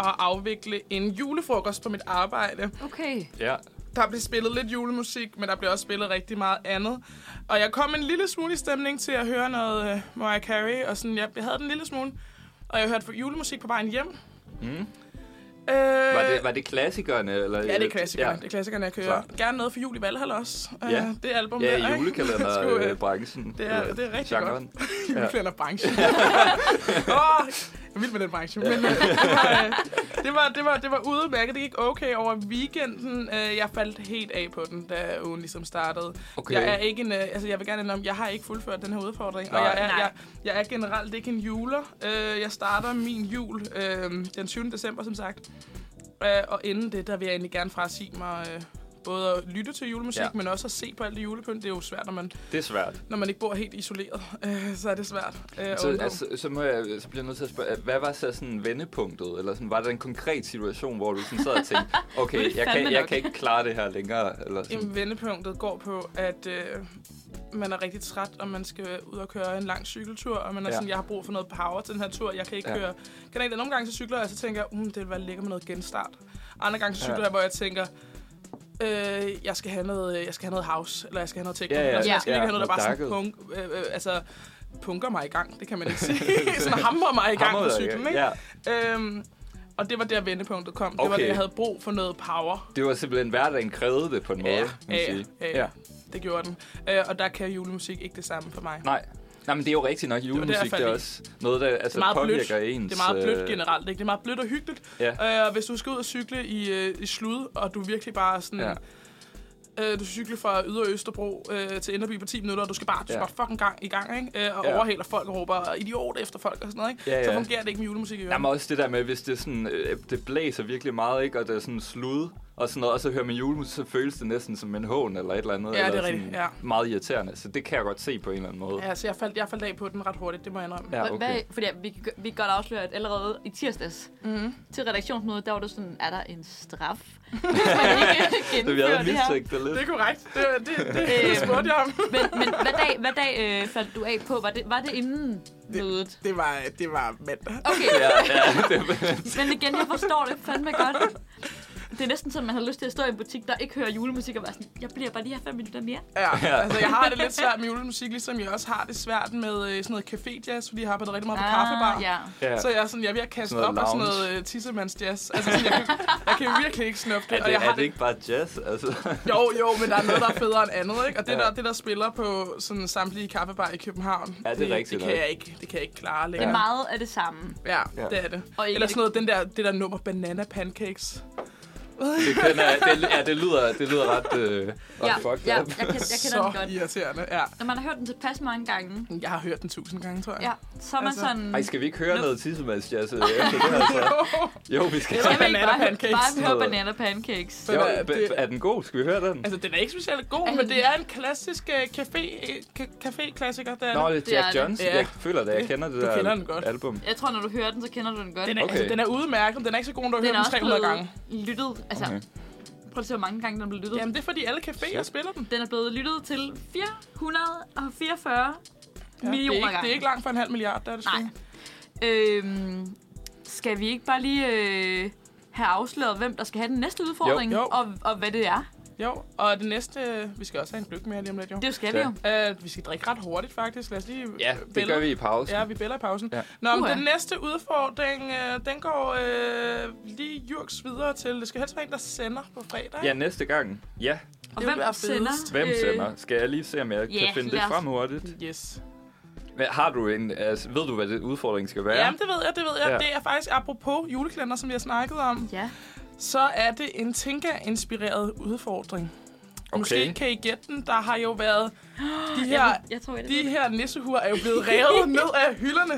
at afvikle en julefrokost på mit arbejde.
Okay.
Ja,
Der blev spillet lidt julemusik, men der blev også spillet rigtig meget andet. Og jeg kom en lille smule i stemning til at høre noget øh, Mariah Carey, og sådan, jeg, jeg havde den en lille smule. Og jeg hørte julemusik på vejen hjem. Mm. Øh,
var det, var det klassikerne? Eller,
Ja, det er klassikerne. Ja. Det er
Ja,
klassikerne, jeg kører.
Klart.
Gerne noget for jul i Valhall også. Øh,
Ja.
Det album der,
ja
ikke?
i
Skulle, øh,
julekalenderbranchen.
det er- det er rigtig godt. julekalenderbranchen. Åh, jeg er vild med den branche. Men, øh, det, var, øh, det, var, det, var, det var udmærket. Det gik okay over weekenden. Øh, Jeg faldt helt af på den, da ugen ligesom startede.
Okay.
Jeg er ikke en, øh, altså jeg vil gerne indrømme, jeg har ikke fuldført den her udfordring. Og
Nej.
jeg er,
Nej.
jeg, jeg er generelt ikke en juler. Øh, Jeg starter min jul øh, den 20. december, som sagt. Øh, Og inden det, der vil jeg egentlig gerne frasige mig... øh, Både at lytte til julemusik, ja.
Ja.
men også at se på alt det julepynt. Det er jo svært, når man
Det er svært.
når man ikke bor helt isoleret, øh, så er det svært øh, at
Så,
undgå.
altså, så, må jeg, så bliver jeg nødt til at spørge, hvad var så sådan vendepunktet? Eller sådan, var der en konkret situation, hvor du sådan sad og tænkte, okay, jeg
fandme
kan, jeg
nok.
kan ikke klare det her længere? Eller sådan.
Jamen, vendepunktet går på, at øh, man er rigtig træt, og man skal ud og køre en lang cykeltur, og man er ja.
Ja.
sådan, jeg har brug for noget power til den her tur, jeg kan ikke ja.
Ja.
køre. Kan ikke, nogle gange så cykler jeg, og så tænker jeg, mm, det vil være lækkert med noget genstart. Andre gange så cykler ja.
Ja.
jeg, hvor jeg tænker, øh, jeg, skal have noget, øh, jeg skal have noget house, eller jeg skal have noget techno,
Ja, ja,
eller sådan, jeg skal
ja.
ikke have noget, der bare sådan
Noget
punk, øh, øh, altså, punker mig i gang, det kan man ikke sige. sådan hamrer mig i gang på
Hamrede,
cyklen, ikke?
Ja,
Øhm, og det var der vendepunktet kom. Okay. Det var
Okay.
det, jeg havde brug for noget power.
det var simpelthen hverdagen krævede det på en måde,
Ja,
kan man
ja,
sige.
ja, ja. Det gjorde den. Øh, og der kan julemusik ikke det samme for mig.
Nej. Nej, men det er jo rigtigt nok.
var det, jeg
Julemusik, det,
faldt
er
i.
også noget, der altså,
Det er meget blødt.
påvirker ens...
Det er meget blødt
øh,
generelt, ikke? Det er meget blødt og hyggeligt.
Ja.
Øh, og hvis du skal ud og cykle i, øh, i slud, og du virkelig bare sådan... Ja.
Ja.
Øh, du skal cykle fra Ydre Østerbro øh, til Inderby på 10 minutter, og du skal bare, du skal
Ja.
bare fucking gang i gang, ikke? Øh, og
Ja.
overhaler folk og råber idiot efter folk og sådan noget, ikke?
Ja,
Så
ja.
fungerer det ikke med julemusik i ørerne.
Jamen også det der med, hvis det, er sådan, øh, det blæser virkelig meget, ikke? og det er sådan slud og sådan noget, og så hører man julemusik, så føles det næsten som en hån eller et eller andet.
Ja, det er
eller
rigtigt,
sådan
ja.
Meget irriterende, så det kan jeg godt se på en eller anden måde.
Ja, så jeg faldt, jeg faldt af på den ret hurtigt, det må jeg indrømme.
Ja, okay.
Hvad, fordi vi, kan gø- vi kan godt afsløre, at allerede i tirsdags mm-hmm. til redaktionsmødet, der var det sådan, er der en straf? Hvis man ikke
Så vi
gennemfører
havde
det her.
mistænkt det lidt.
Det er korrekt. Det, det, det, det,
Øhm,
det spurgte jeg om.
Men, men hvad dag, hvad dag øh, faldt du af på? Var det, var det inden mødet?
Det var, det var mandag.
Okay,
Ja, ja.
men igen, jeg forstår det fandme godt. Det er næsten sådan, man har lyst til at stå i en butik, der ikke hører julemusik, og være sådan, jeg bliver bare lige her fem minutter mere.
Ja, altså jeg har det lidt svært med julemusik, ligesom jeg også har det svært med øh, sådan noget café jazz, fordi jeg har arbejdet rigtig meget på kaffebar.
Ah, ja.
Ja.
Så jeg er, sådan, jeg er ved at kaste
Sådan
op
noget
af sådan
lounge.
noget øh, tissemands jazz. Altså sådan, jeg, kan, jeg kan virkelig ikke snuppe det.
Er det,
jeg
er det ikke bare jazz? Altså,
Jo, jo, men der er noget, der er federe end andet, ikke? Og det,
Ja.
der, det der spiller på sådan samtlige kaffebar i København,
Ja, det er
det,
rigtigt
det,
nok.
kan jeg ikke, det kan jeg ikke klare
Det
længere.
er meget af det samme.
Ja,
Ja.
det er det.
Og ikke-
Eller sådan noget, den der, det der nummer Banana Pancakes.
det, kender, jeg. det, ja, det, lyder, det lyder ret øh, ret fucked
ja,
up.
jeg, kan, jeg kender
så
den godt.
irriterende, ja.
Når man har hørt den tilpas mange gange,
Jeg har hørt den tusind gange, tror jeg.
ja, så er man
Altså-
sådan...
Ej, skal vi ikke høre
Nu-
noget tissemands jazz efter det her? Så? Jo, vi skal.
Jeg vil ikke
Banana
bare,
pancakes.
bare høre banana pancakes.
Jo,
Men, øh,
b-
det-
er den god? Skal vi høre den?
Altså, den er ikke specielt god, men det er en klassisk uh, café, uh, café-klassiker. Der.
Nå,
Nå,
det er
det er
Jack
det.
Johnson.
Ja.
Jeg føler det. Jeg kender det
Du
der
kender den godt.
album.
Jeg tror, når du hører den, så kender du den godt.
den, er, okay. altså,
okay.
den er udmærket, men den er ikke så god, når du hører den 300 gange.
lyttet. Altså,
Okay.
prøv at se, hvor mange gange den blev lyttet.
Jamen, det er fordi alle caféer spiller den.
Den er blevet lyttet til 444 ja,
det, er
millioner
ikke, det
gange.
er ikke langt fra en halv milliard, der er det
Nej.
sgu.
Øhm, skal vi ikke bare lige øh, have afsløret, hvem der skal have den næste udfordring?
Jo. Jo.
Og, og hvad det er?
Jo, og det næste, øh, vi skal også have en gløk med her lige om lidt, jo.
Det skal
Ja.
vi jo.
Uh, vi skal drikke ret hurtigt, faktisk. Lad os lige
Ja,
øh,
det
bælge.
gør vi i pausen.
Ja, vi bæller i pausen.
Ja.
Ja. Nå, men
Uha.
den næste udfordring, øh, den går øh, lige jurks videre til. Det skal helst være en, der sender på fredag.
Ja, næste gang. Ja,
Og
Det
hvem
bliver
sender?
fedest.
hvem
øh,
sender? Skal jeg lige se, om jeg
ja,
kan finde det
lad os-
frem hurtigt?
Yes.
Men har du en... Altså, ved du, hvad det udfordring skal være?
Ja. Jamen, det ved jeg, det ved jeg.
Ja.
Ja. Det er faktisk apropos juleklænder, som jeg snakkede om.
Ja.
Så er det en Tinka-inspireret udfordring. Okay. Måske kan I gætte den. Der har jo været... De her,
Jeg tror, jeg det
de her nissehuer er jo blevet revet ned af hylderne.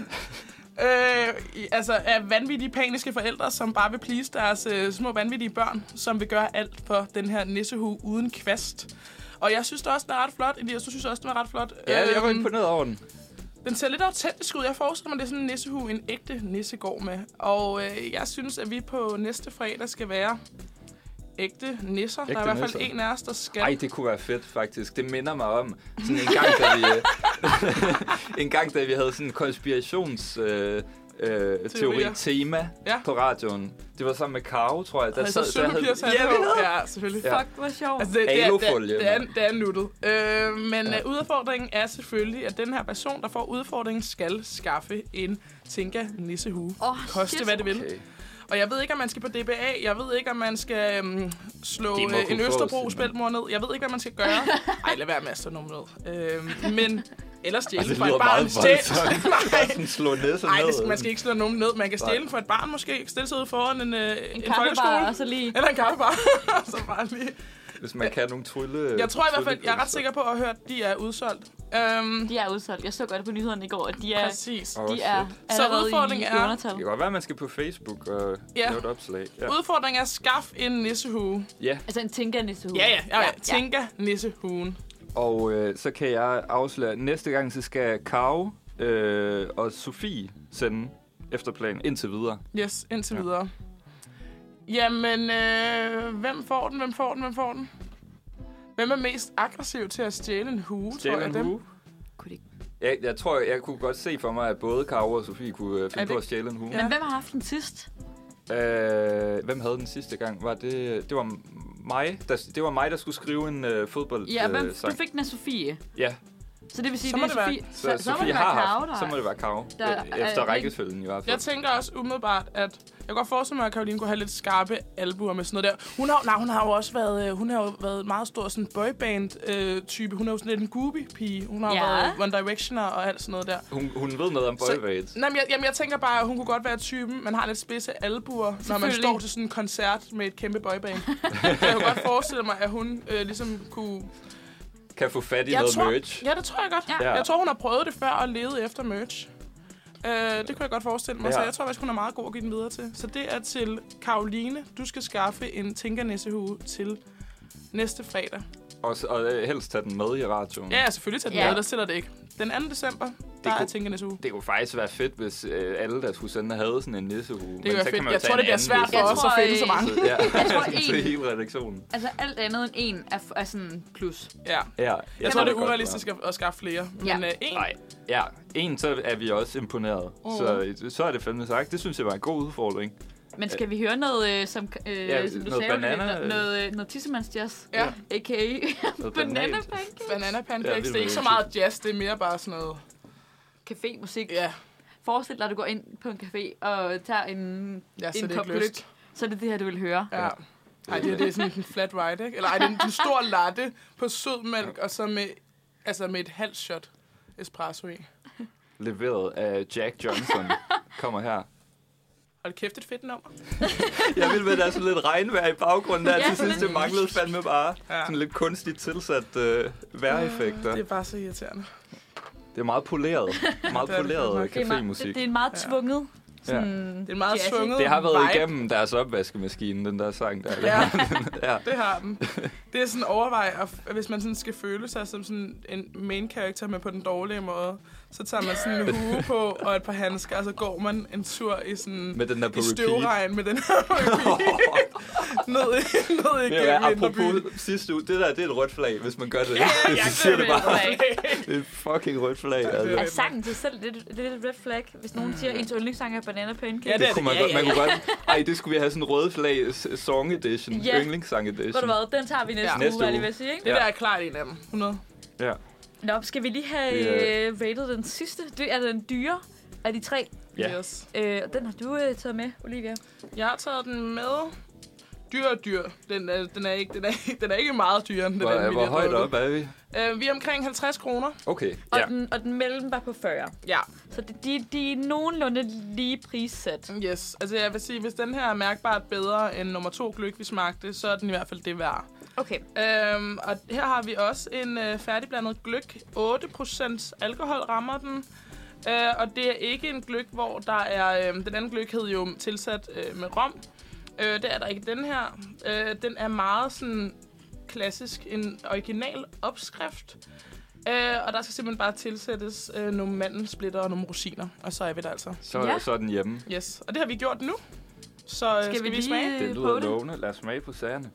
Øh, i- altså af vanvittige paniske forældre, som bare vil please deres øh, små vanvittige børn, som vil gøre alt for den her nissehue uden kvast. Og jeg synes da også, den er ret flot. Elias, du synes også, den er ret flot.
Ja, jeg var
Øhm,
imponeret over den.
den ser lidt autentisk ud. Jeg forestiller mig, det er sådan en nissehue, en ægte nisse går med. Og øh, jeg synes, at vi på næste fredag skal være ægte nisser. Ægte der er i hvert fald
nisser.
en af os, der skal.
Ej, det kunne være fedt, faktisk. Det minder mig om sådan en gang, da vi, øh, en gang, da vi havde sådan en konspirations... Øh, øh, teori
Teorier.
tema ja.
Ja.
på radioen. Det var sammen med Karo, tror jeg. Der
altså,
sad, der
sølvpapir
havde, ja, vi havde
ja, ja, selvfølgelig.
Ja.
Fuck, hvor sjovt.
Altså, det, det, er, det, er,
Alufolie,
det, er,
mand.
det er nuttet. Øh, men ja. udfordringen er selvfølgelig, at den her person, der får udfordringen, skal skaffe en Tinka nissehue.
Åh,
Koste
shit.
hvad det vil.
Okay.
Og jeg ved ikke, om man skal på DBA. Jeg ved ikke, om man skal øhm, slå
Det må
øh,
kunne
en
fås,
Østerbro
Simon.
spilmor ned. Jeg ved ikke, hvad man skal gøre. Ej, lad være med at slå nogen ned. Øhm, men ellers stjæle
Altså, det
fra et barn.
lyder meget voldsomt.
Stjæl-
Sådan slå ned sådan
Nej,
ned.
det skal, man skal ikke slå nogen ned. Man kan stjæle
Nej.
fra et barn måske. Stille sig ud foran en, øh, en,
en
en
kaffebar,
folkeskole.
og så lige...
Eller en kaffebar. så bare lige.
Hvis man kan nogle trylle...
Jeg tror i hvert fald, jeg er ret sikker på at høre, at de er udsolgt. Øhm,
De er udsolgt. Jeg så godt på nyhederne i går, at de er,
præcis.
Oh,
de er
shit.
Så
allerede i
udfordringen er-
undertal.
Det kan godt være, at man skal på Facebook og
Ja.
lave et opslag. Ja.
Udfordringen er, skaf en nissehue.
ja.
Altså en tænker næste uge.
Ja, ja, ja. ja. Tinka nissehuen.
Og øh, så kan jeg afsløre, at næste gang så skal Karo øh, og Sofie sende efter planen indtil videre.
Yes, indtil
Ja.
ja. videre. Jamen, øh, hvem får den, hvem får den, hvem får den? Hvem er mest aggressiv til at stjæle en hue, tror
Stjæle
jeg?
en
dem?
hue.
Kunne det ikke-
Jeg, jeg tror, jeg kunne godt se for mig, at både Karo og Sofie kunne øh,
Er
finde
det
på at
ikke-
stjæle en hue.
Men hvem har haft den sidst?
Øh, hvem havde den sidste gang? Var det, det var mig, der, det var mig, der skulle skrive en øh, fodboldsang.
Ja, hvem, du fik den af Sofie.
Ja,
Så det vil sige,
Så
det
må
er
det være-
Sofie,
Så, så, så,
må det være
har
Karo,
haft,
der
så må det være Karo.
der-
e- Efter
er-
rækkefølgen i hvert
Jeg
fald.
tænker også umiddelbart, at jeg kan godt forestille mig, at Karoline kunne have lidt skarpe albuer med sådan noget der. Hun har, nej, hun har jo også været, øh, hun har jo været meget stor sådan boyband-type. hun er jo sådan lidt en goopy-pige. Hun har
Ja.
ja. været One Directioner og alt sådan noget der.
Hun, hun ved noget om boybands.
Nej, men jeg, jamen, jeg tænker bare, at hun kunne godt være typen, man har lidt spidse albuer, når man
Selvfølgelig.
står til sådan en koncert med et kæmpe boyband. Så jeg kunne godt forestille mig, at hun øh, ligesom kunne...
Kan få fat i
Jeg
noget
tror,
merch.
Ja, det tror jeg godt.
Ja.
Jeg tror, hun har prøvet det før og levet efter merch. Øh, det kunne jeg godt forestille mig,
Ja.
så jeg tror faktisk, hun er meget god at give den videre til. Så det er til Karoline. Du skal skaffe en tinkernissehue til næste fredag.
Og, s- og øh, helst tage den med i radioen.
Ja, selvfølgelig tager den
Ja.
ja. med, der stiller det ikke. Den 2. december, der er
kunne-
tinkernissehue.
Det kunne faktisk være fedt, hvis øh, alle deres husstande havde sådan en nissehue.
Det kunne være fedt. Jeg tror, det bliver svært for
Jeg
os at
tror,
finde så
øh,
mange.
Ja,
Jeg tror,
til
en,
hele redaktionen.
altså alt andet end en er, f- er sådan plus.
Ja.
Ja,
Jeg tror, det er
godt,
urealistisk at, at skaffe flere.
Ja.
Men øh, en,
Nej, ja. En, så er vi også imponeret. Mm. Så, så er det fandme sagt. Det synes jeg var en god udfordring.
Men skal vi høre noget, øh, som, øh,
Ja,
som du
noget
sagde, Pernille?
banana,
noget,
øh.
noget, øh, noget tissemandsjazz,
Ja.
a.k.a.
Noget
banana
banalt.
banana
Ja,
pancakes,
det
det er ikke så
ved jeg
meget jazz, det er mere bare sådan noget...
Café musik.
Ja,
Forestil dig, at du går ind på en café og tager en,
ja så
en
det
kop
er ikke
gløk.
lyst.
Så er det det her, du vil høre.
Ja. Ej, det, her, det er sådan en flat white, ikke? Eller ej, det er en, en stor latte på sødmælk, og så med, altså med et halvt shot espresso i.
Leveret af Jack Johnson. Kommer her.
Hold kæft, et fedt nummer.
Jeg vil med, at der er sådan lidt regnvejr i baggrunden der.
Ja,
til sidst,
sådan
det manglede fandme bare
Ja. Mm.
sådan lidt kunstigt tilsat øh, vejreffekter.
Det er bare så irriterende.
Det er meget poleret. Meget
det
poleret
nok.
Det, er meget, det,
cafémusik.
det er en meget tvunget. Sådan,
Det er en meget
Jazzy.
svunget
Det har været
vibe.
igennem deres opvaskemaskine, den der sang der.
Ja.
Ja.
Det har den. Det er sådan overvej, at f- hvis man sådan skal føle sig som sådan en main character, men på den dårlige måde, så tager man sådan en hue på og et par handsker, og så går man en tur i sådan...
Med den der på
i
repeat.
støvregn med den her repeat. ned, i, ned
Det er,
igennem indre by.
apropos sidste uge, det der det er et rødt flag, hvis man gør det.
Ja, jeg
siger det
ved
bare.
bare.
Det er et fucking rødt flag. Altså.
det.
Er sangen til selv lidt, lidt et red flag, hvis nogen siger, at ens yndlingssang er Banana Pancake?
Ja,
Det,
det er
kunne man,
det.
godt,
Ja,
man
ja,
kunne godt. Ej, det skulle vi have sådan en rød flag s- song edition.
Ja.
Yndlingssang
Ved du
edition.
hvad, den tager vi næste,
Ja.
ja.
Næste
uge, var jeg
uge.
lige ved at sige, ikke?
Det der er klart en af dem. 100.
Ja.
Nå, skal vi lige have
Det
yeah. uh, rated den sidste? Det er den dyre af de tre.
Ja.
Yes.
Øh, og den har du øh, taget med, Olivia.
Jeg har taget den med. Dyr og dyr. Den er, den er, ikke, den er, ikke- den er ikke meget dyrere, end den
Hvor,
anden, vi
hvor
lige har
højt
drukket.
op er vi?
Øh, vi er omkring 50 kroner.
Okay,
Og,
ja.
den, og den mellem var på 40.
Ja.
Så de, de, de er nogenlunde lige prissat.
Yes. Altså jeg vil sige, hvis den her er mærkbart bedre end nummer to gløk, vi smagte, så er den i hvert fald det værd.
Okay.
Øhm, og her har vi også en øh, færdigblandet gløk. 8% alkohol rammer den. Øh, og det er ikke en gløk, hvor der er... Øh, den anden gløk hed jo tilsat øh, med rom. Øh, det er der ikke i den her. Øh, den er meget sådan klassisk, en original opskrift. Øh, og der skal simpelthen bare tilsættes øh, nogle mandelsplitter og nogle rosiner. Og så er vi der altså.
Så,
Ja.
så er den hjemme.
Yes, og det har vi gjort nu. Så øh, skal, skal vi, vi smage?
lige
Det
øh, prøve
lyder
det?
lovende. Lad os smage på sagerne.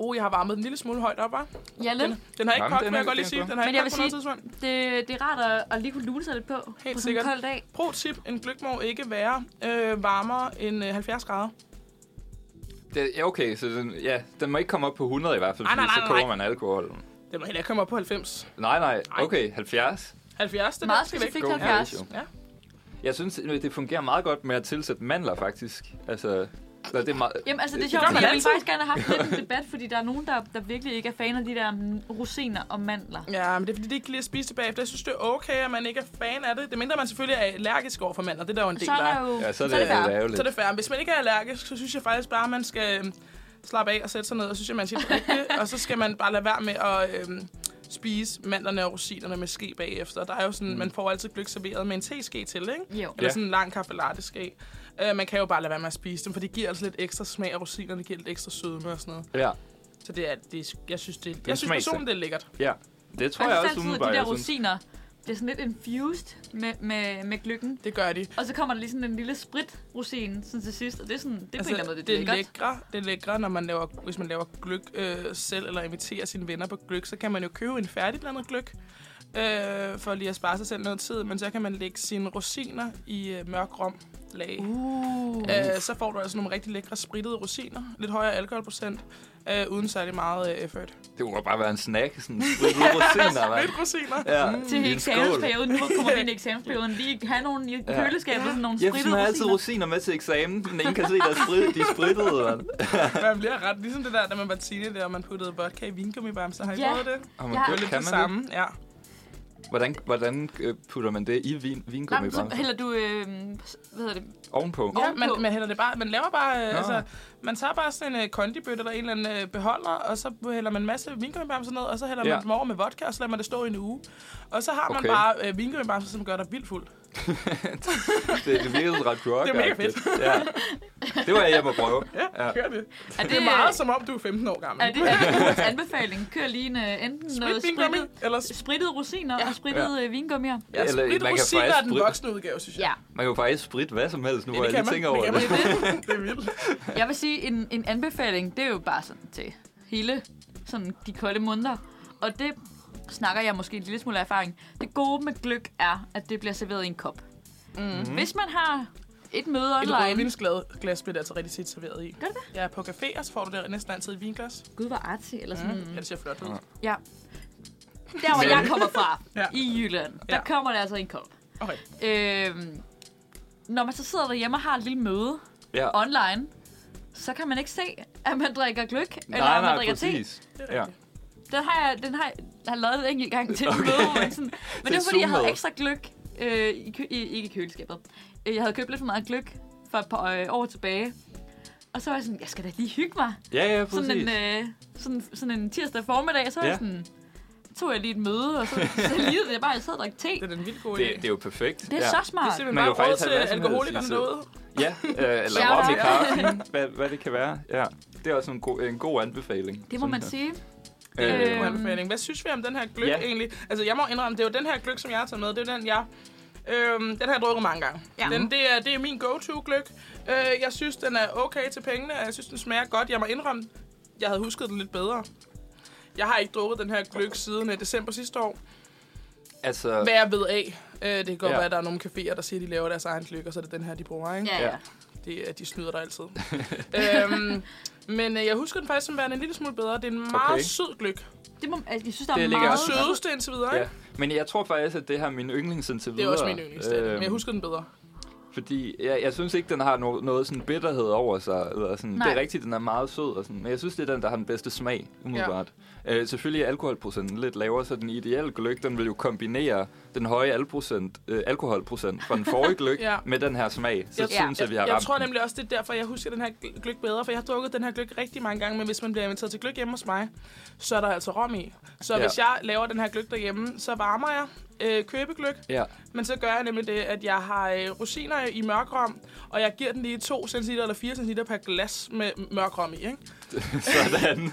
Oh, jeg har varmet den en lille smule højt op, hva'?
Ja,
Den,
lidt.
den har ikke
Jamen,
kogt,
den
vil
er-
jeg godt lige
den er
sige.
god.
Den har
Men
ikke
jeg
kogt på
vil
noget
sige-
tidspunkt.
Det, det er rart at, at lige kunne lune sig lidt på. på sådan
sikkert.
en kold dag.
Pro tip, en gløk må ikke være øh, varmere end øh, 70 grader.
Det, ja, okay, så den, ja, den må ikke komme op på 100 i hvert fald,
Nej,
fordi
nej, nej,
så koger
nej.
man alkoholen.
Den må heller ikke komme op på 90.
Nej, nej,
Nej.
okay, 70.
70, det er
Meget
der, skal væk.
specifikt
God
70.
ratio.
Ja.
Jeg synes, øh, det fungerer meget godt med at tilsætte mandler, faktisk. Altså, eller det er meget,
Jamen, altså, det er
Det
sjovt,
gør
fordi
man
jeg ville
altid.
faktisk gerne have haft lidt en debat, fordi der er nogen, der, der virkelig ikke er fan af de der mm, rosiner og mandler.
ja, men det er fordi, det ikke lige at spise det bagefter. Jeg synes, det er okay, at man ikke er fan af det. Det mindre man selvfølgelig er allergisk over for mandler. Det er der jo en del,
Så er
der
der
ja,
jo...
så er
så er det
det,
fair.
det ærgerligt.
Så er det fair. Hvis man ikke er allergisk, så synes jeg faktisk bare, at man skal øhm, slappe af og sætte sig ned, og synes jeg, man skal drikke det. Og så skal man bare lade være med at øhm, spise mandlerne og rosinerne med ske bagefter. Der er jo sådan, mm. man får altid gløk serveret med en teske til, ikke?
Jo.
Eller
Ja.
sådan en lang kaffe latte ske. Øh, man kan jo bare lade være med at spise dem, for det giver altså lidt ekstra smag, og rosinerne giver lidt ekstra sødme og sådan noget.
Ja,
Så det er, det er jeg synes, det,
en
jeg synes
smagsag.
personligt, det er lækkert.
ja. Det tror
Og
jeg,
jeg synes
også,
altid, at
umiddelbart,
de der
jeg synes.
rosiner bliver sådan lidt infused med, med, med gløggen.
Det gør de.
Og så kommer der lige sådan en lille sprit-rosin sådan til sidst, og det er sådan, det er altså, på en eller anden måde
det, er
lidt lækkert.
lækre, det er lækre, når man laver, hvis man laver gløk øh, selv, eller inviterer sine venner på gløk, så kan man jo købe en færdigblandet gløk. øh, for lige at spare sig selv noget tid, men så kan man lægge sine rosiner i øh, mørk rom lag. Uh. Øh, så får du altså nogle rigtig lækre sprittede rosiner, lidt højere alkoholprocent, øh, uden særlig meget øh, effort.
Det må bare være en snack, sådan lidt rosiner, mand.
Lidt rosiner. Mm.
Ja, i
Til
en skål.
eksamensperioden. Nu kommer vi ind i eksamensperioden. Lige have nogle i køleskabet, sådan nogle
Jeg
spritede
har altid
rosiner.
rosiner med til eksamen, men ingen kan se, der er sprit, de er sprittede, mand.
Man bliver ret ligesom det der, da man var teenager, og man puttede vodka i vingummibamser. Har I
Ja.
prøvet det?
Har man
Jeg har
Det
gjort-
er lidt
kan
det
man det?
samme, ja.
Hvordan, hvordan øh, putter man det i vin,
Nej, men
vingummi
så hælder du, øh, hvad hedder det,
ovenpå?
Ja,
Ovenpå.
man, man hælder det bare, man laver bare, øh,
Nå.
altså, man tager bare sådan en øh, kondibøtte eller en eller anden øh, beholder, og så hælder man en masse vingummibamser ned, og så hælder
Ja.
ja. man dem over med vodka, og så lader man det stå i en uge. Og så har man
Okay.
bare øh, vingummibamser, som gør dig vildt fuld.
Det, det virkede ret rock.
Det er mega fedt.
Ja. Det var jeg hjemme at prøve. Ja.
Gør det.
er
Det er meget som om, du er 15 år gammel.
Er det, er det ugens anbefaling? Kør lige en, øh, enten noget
vingummi,
sprittet,
eller
sprittede rosiner ja. og sprittede ja. vingummier.
ja,
Eller
sprit
man kan
rosiner
faktisk
er den
sprit-
voksne udgave, synes jeg.
Ja,
Man kan jo faktisk spritte hvad som helst, nu hvor
det
jeg lige tænker over
det.
det.
kan man. det er vildt.
jeg vil sige, en, en anbefaling, det er jo bare sådan til hele sådan de kolde måneder. Og det snakker jeg måske en lille smule af erfaring. Det gode med gløk er, at det bliver serveret i en kop. Mm. Hvis man har et møde
Et
online...
rødvinsglas bliver det altså rigtig tit serveret i.
Gør det det?
Ja, på caféer, så får du det næsten altid i vinglas.
Gud, hvor artsy, eller sådan...
Mm. Ja, det ser flot ud.
Ja. Der, hvor jeg kommer fra,
Ja.
i Jylland, der
Ja.
kommer det altså i en kop.
Okay.
Øhm, når man så sidder derhjemme og har et lille møde
Ja.
online, så kan man ikke se, at man drikker gløk, eller
Nej,
om man
nej,
drikker
præcis. Ja.
te. Den har jeg, den har jeg, jeg har lavet en enkelt gang til okay.
Okay.
et møde, men, sådan, men det var fordi, jeg havde
Zoom-møde.
ekstra gløk øh, i, kø- i, ikke i køleskabet. Øh, Jeg havde købt lidt for meget gløk for et par øh, år tilbage. Og så var jeg sådan, jeg skal da lige hygge mig.
Ja, ja,
Sådan en,
præcis.
øh, sådan, sådan en tirsdag formiddag, så var
Ja.
jeg sådan, tog jeg lige et møde, og så, så lignede jeg bare, at jeg sad og drak te.
Det er den vildt gode idé.
Det, det er jo perfekt.
Det er
ja.
så
Det er
smart.
simpelthen
Man kan
bare råd
jo faktisk
til
have hvad som helst
alkoholikerne
i tid.
derude.
Ja, øh, eller
Shout
rom i
out.
kaffen, hvad, hvad det kan være. Ja, det er også en god, en god anbefaling.
Det må man
synes
sige.
jeg.
Øh,
God anbefaling. Hvad synes vi om den her gløk
Ja.
ja. egentlig? Altså, jeg må indrømme, det er jo den her gløk, som jeg har taget med. Det er jo den, jeg... Øhm, den har jeg drukket mange gange.
Ja.
Ja. Den, det, er, det er min go-to-gløk. Øh, jeg synes, den er okay til pengene, og jeg synes, den smager godt. Jeg må indrømme, jeg havde husket den lidt bedre. Jeg har ikke drukket den her gløk siden øh, december sidste år.
altså,
Hvad jeg ved af. Øh, det kan godt ja.
Ja.
være, at der er nogle caféer, der siger, at de laver deres egen gløk, og så er det den her, de bruger, ikke?
Ja,
Ja.
ja.
Det, er- de snyder dig altid. øhm, men øh, jeg husker den faktisk som værende en lille smule bedre. Det er en meget
Okay.
okay. sød gløk.
Det må, altså, jeg synes, der
Det
er
ligger
Den
meget...
også-
sødeste indtil videre, ikke?
ja. Men jeg tror faktisk, at det her er min yndlings indtil
Det
videre. Øhm,
er også min yndlings, øh, men jeg husker den bedre.
Fordi jeg, jeg synes ikke, den har no, noget sådan bitterhed over sig. Eller sådan. Det
Nej.
er rigtigt, den er meget sød. Og sådan. Men jeg synes, det er den, der har den bedste smag, umiddelbart. Ja. Øh, selvfølgelig er alkoholprocenten lidt lavere, så den ideelle gløk, den vil jo kombinere den høje alprocent, øh, alkoholprocent fra den forrige gløk
Ja.
med den her smag. Så
Jeg-
jeg, synes jeg, vi har
Jeg
ramt
tror
den.
nemlig også, det er derfor, jeg husker den her gl- gløk bedre, for jeg har drukket den her gløk rigtig mange gange, men hvis man bliver inviteret til gløk hjemme hos mig, så er der altså rom i. Så
Ja.
ja. hvis jeg laver den her gløk derhjemme, så varmer jeg øh, købegløk,
Ja.
men så gør jeg nemlig det, at jeg har øh, rosiner i mørkrom, og jeg giver den lige 2 cm eller 4 cm per glas med mørkrom i, ikke?
Sådan.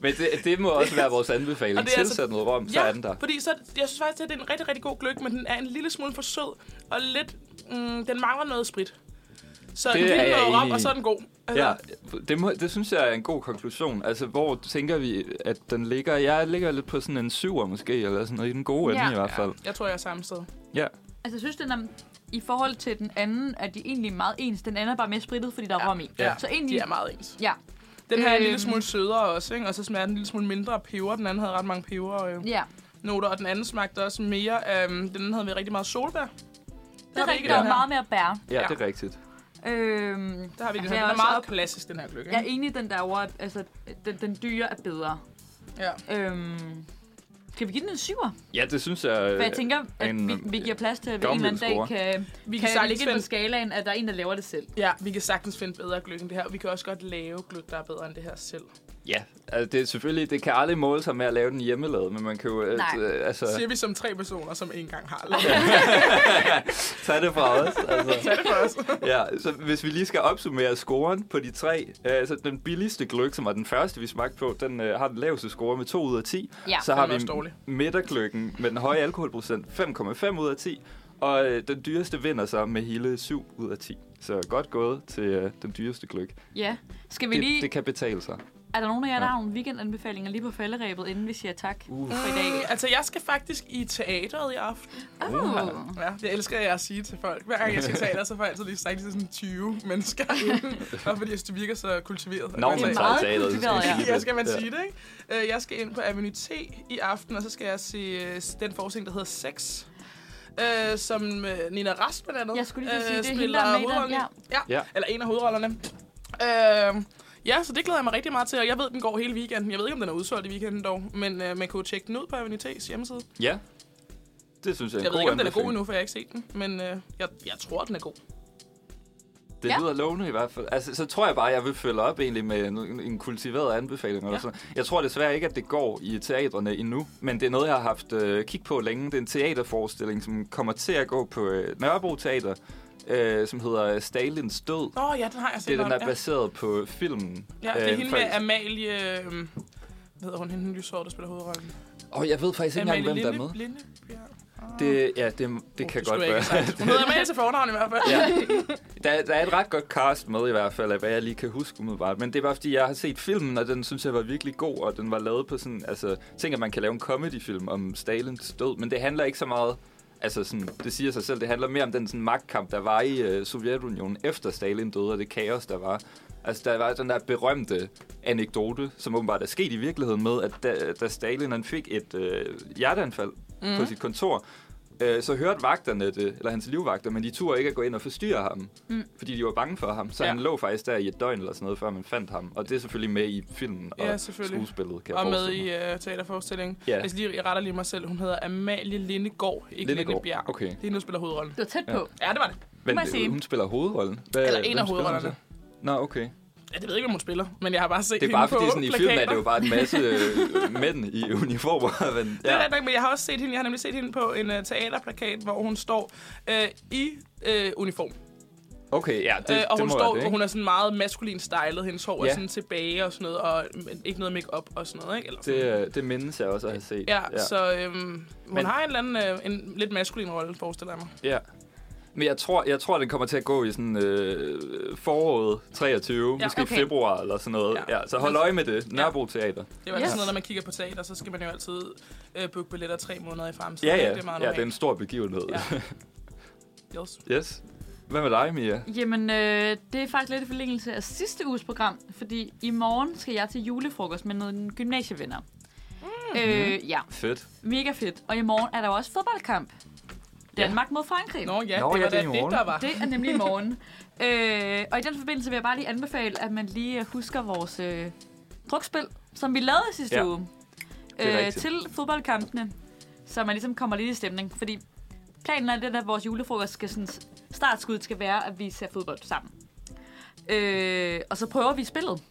Men det, det må også være vores anbefaling.
Og det er
Tilsæt
altså-
noget rom, så er den der.
fordi så, jeg synes faktisk, at det er en rigtig, rigtig god gløk, men den er en lille smule for sød, og lidt, mm, den mangler noget sprit. Så
Det
det en
er
lille
jeg
noget
enig
rom,
i.
og så er den god. Altså,
Ja, det, må, det synes jeg er en god konklusion. Altså, hvor tænker vi, at den ligger? Jeg ligger lidt på sådan en syver måske, eller sådan noget, i den gode ende
Ja.
i hvert fald.
Jeg tror, jeg er samme sted.
Ja.
Altså, jeg synes, den er, i forhold til den anden, er de egentlig meget ens. Den anden er bare mere sprittet, fordi der er rom i.
Ja.
Så egentlig...
De er meget ens.
Ja.
Den her er en
Øhm.
lille smule sødere også, ikke? og så smager den en lille smule mindre af peber. Den anden havde ret mange peber øh,
Ja.
noter, og den anden smagte også mere af... Øh, den anden havde vi rigtig meget solbær.
Det er
vi
rigtigt,
i
der
den
er
her.
meget mere bær.
ja,
Ja.
det er rigtigt.
Øhm,
Der har vi den her.
altså, jeg
Den
også
er meget
op-
klassisk, den her gløk.
Jeg
Ikke?
er enig den der over, at altså, den, den dyre er bedre.
Ja.
Øhm, skal vi give den en syver?
Ja, det synes jeg... øh,
For jeg tænker, at
en-
vi, vi giver plads til, at vi en eller anden dag
Gammelmødscore.
kan,
Vi kan,
kan
sagtens
ligge ind på
finde,
skalaen, at der er en, der laver det selv.
ja, vi kan sagtens finde bedre gløk end det her. Vi kan også godt lave gløk, der er bedre end det her selv.
Ja, altså, det er selvfølgelig... Det kan aldrig måle sig med at lave den hjemmelavet, men man kan jo...
Nej.
Et, øh, altså,
Siger vi som tre personer, som ikke engang har lavet det.
tage det fra os. Altså,
Tag det for os.
ja, så hvis vi lige skal opsummere scoren på de tre. Øh, altså, den billigste gløk, som var den første, vi smagte på, den øh, har den laveste score med 2 ud af 10.
Ja,
så
den
har
er også
vi
dårlig.
midtergløkken med den høje alkoholprocent 5,5 ud af 10. Og øh, den dyreste vinder så med hele 7 ud af 10. Så godt gået til øh, den dyreste gløk.
Ja. Skal vi
Det,
lige...
det kan betale sig.
Er der nogen af jer, der har nogle weekendanbefalinger lige på falderæbet, inden vi siger tak uh. for i dag?
Altså, jeg skal faktisk i teateret i aften.
Uh.
Ja, det elsker jeg at sige til folk. Hver gang jeg skal i teater, så får jeg altid lige sagt til sådan 20 mennesker inden. Bare fordi det virker så kultiveret.
Nå,
Altså,
men så
meget
er teateret.
kultiveret, ja.
Ja, skal man sige det, ikke? Øh, Jeg skal ind på Avenue T i aften, og så skal jeg se øh, den forestilling, der hedder Sex. Øh, som øh, Nina Rast blandt andet
Jeg skulle lige til at
øh,
sige, det er
spiller
hende, der er med i den,
hovedrollen i. ja.
Ja.
ja, eller en af hovedrollerne. Øh, ja, så det glæder jeg mig rigtig meget til, og jeg ved, den går hele weekenden. Jeg ved ikke, om den er udsolgt i weekenden dog, men øh, man kunne tjekke den ud på Avenue T's hjemmeside.
Ja. Det synes jeg er en
Jeg ved
god
ikke, om den er god
anbefaling.
endnu, for jeg har ikke set den, men øh, jeg, jeg tror, den er god.
Det
Ja.
ja. lyder lovende i hvert fald. Altså, så tror jeg bare, jeg vil følge op egentlig med en, en kultiveret anbefaling. Eller
Ja.
sådan. Jeg tror desværre ikke, at det går i teatrene endnu, men det er noget, jeg har haft øh, kig på længe. Det er en teaterforestilling, som kommer til at gå på øh, Nørrebro Teater, øh, som hedder Stalins Død.
Åh oh, ja, den har jeg set.
Det er den,
om,
der er baseret på filmen. Øh,
Ja, ja det er hende med
faktisk-
Amalie... Øh, hvad hedder hun? Hende den lyshårede, der spiller hovedrollen.
Åh, jeg ved faktisk ikke engang, hvem der er med.
Linde, ja.
Det, ja, det, det kan godt være.
Hun hedder Amalie til fornavn i hvert fald. Ja.
ja. der, der er et ret godt cast med i hvert fald, af hvad jeg lige kan huske umiddelbart. Men det er bare fordi, jeg har set filmen, og den synes jeg var virkelig god, og den var lavet på sådan... Altså, tænk, at man kan lave en comedyfilm om Stalins død, men det handler ikke så meget... Altså, sådan, det siger sig selv, det handler mere om den sådan, magtkamp, der var i øh, Sovjetunionen efter Stalin døde, og det kaos, der var. Altså, der var den der berømte anekdote, som åbenbart er sket i virkeligheden med, at da, da Stalin han fik et øh, hjerteanfald mm. på sit kontor, Øh, så hørte vagterne det, eller hans livvagter, men de turde ikke at gå ind og forstyrre ham, mm. fordi de var bange for ham. Så ja.
Ja.
han lå faktisk der i et døgn eller sådan noget, før man fandt ham. Og det er selvfølgelig med i filmen og
Ja, selvfølgelig.
skuespillet, kan jeg
Og med i
forestille mig.
øh, teaterforestillingen.
Ja.
Ja. Jeg, skal lige, jeg retter lige mig selv. Hun hedder Amalie Lindegård, ikke
Lindegård,
Lindebjerg.
okay.
Det er hende, der spiller hovedrollen.
Du er tæt på.
Ja, det var det.
Men
må jeg sige.
øh, hun spiller hovedrollen. Hvad,
Eller en af
hvem spiller hun
hovedrollerne.
så? Nå, okay.
Ja, det ved jeg ikke, om hun spiller, men jeg har bare set
Det er
hende
bare
på
fordi, sådan, i
plakater.
filmen er det jo bare en masse øh, mænd i uniformer. Men,
Det er
ja.
rigtigt nok, men jeg har også set hende. Jeg har nemlig set hende på en uh, teaterplakat, hvor hun står øh, i øh, uniform.
Okay, ja, det,
øh, og
det
hun
må
står,
være det,
og
ikke?
hun er sådan meget maskulin stylet. Hendes hår
Ja.
er sådan tilbage og sådan noget, og men ikke noget makeup og sådan noget, ikke? Eller sådan.
Det, øh, det mindes jeg også at have set.
Ja, ja, så øhm, hun
Men-
har en eller anden øh, en lidt maskulin rolle, forestiller jeg mig.
Ja. Men jeg tror, jeg tror, den kommer til at gå i sådan øh, foråret 23, ja,
Ja,
måske okay.
okay.
februar eller sådan noget. Ja.
Ja.
Ja, så hold øje med det. Nørrebro Teater.
Det er jo altid
Yes.
sådan noget, når man kigger på teater, så skal man jo altid øh, booke billetter tre måneder i fremtiden.
Ja, ja.
Det er meget
ja, det er en
normalt.
stor begivenhed. Ja.
Ja. Yes.
yes. Hvad med dig, Mia?
Jamen, øh, det er faktisk lidt i forlængelse af sidste uges program, fordi i morgen skal jeg til julefrokost med nogle gymnasievenner. Mm. Øh, ja,
Fedt.
mega fedt. Og i morgen er der jo også fodboldkamp. Danmark mod Frankrig.
Nå ja,
Nå,
det
ja,
var
det er
da
i
det,
morgen.
der var.
Det er nemlig i morgen. øh, og i den forbindelse vil jeg bare lige anbefale, at man lige husker vores øh, drukspil, som vi lavede i sidste
Ja,
ja. uge. øh,
det er rigtigt.
til fodboldkampene, så man ligesom kommer lidt i stemning. Fordi planen er lidt, at vores julefrokost skal sådan, startskuddet skal være, at vi ser fodbold sammen. Øh, og så prøver vi spillet.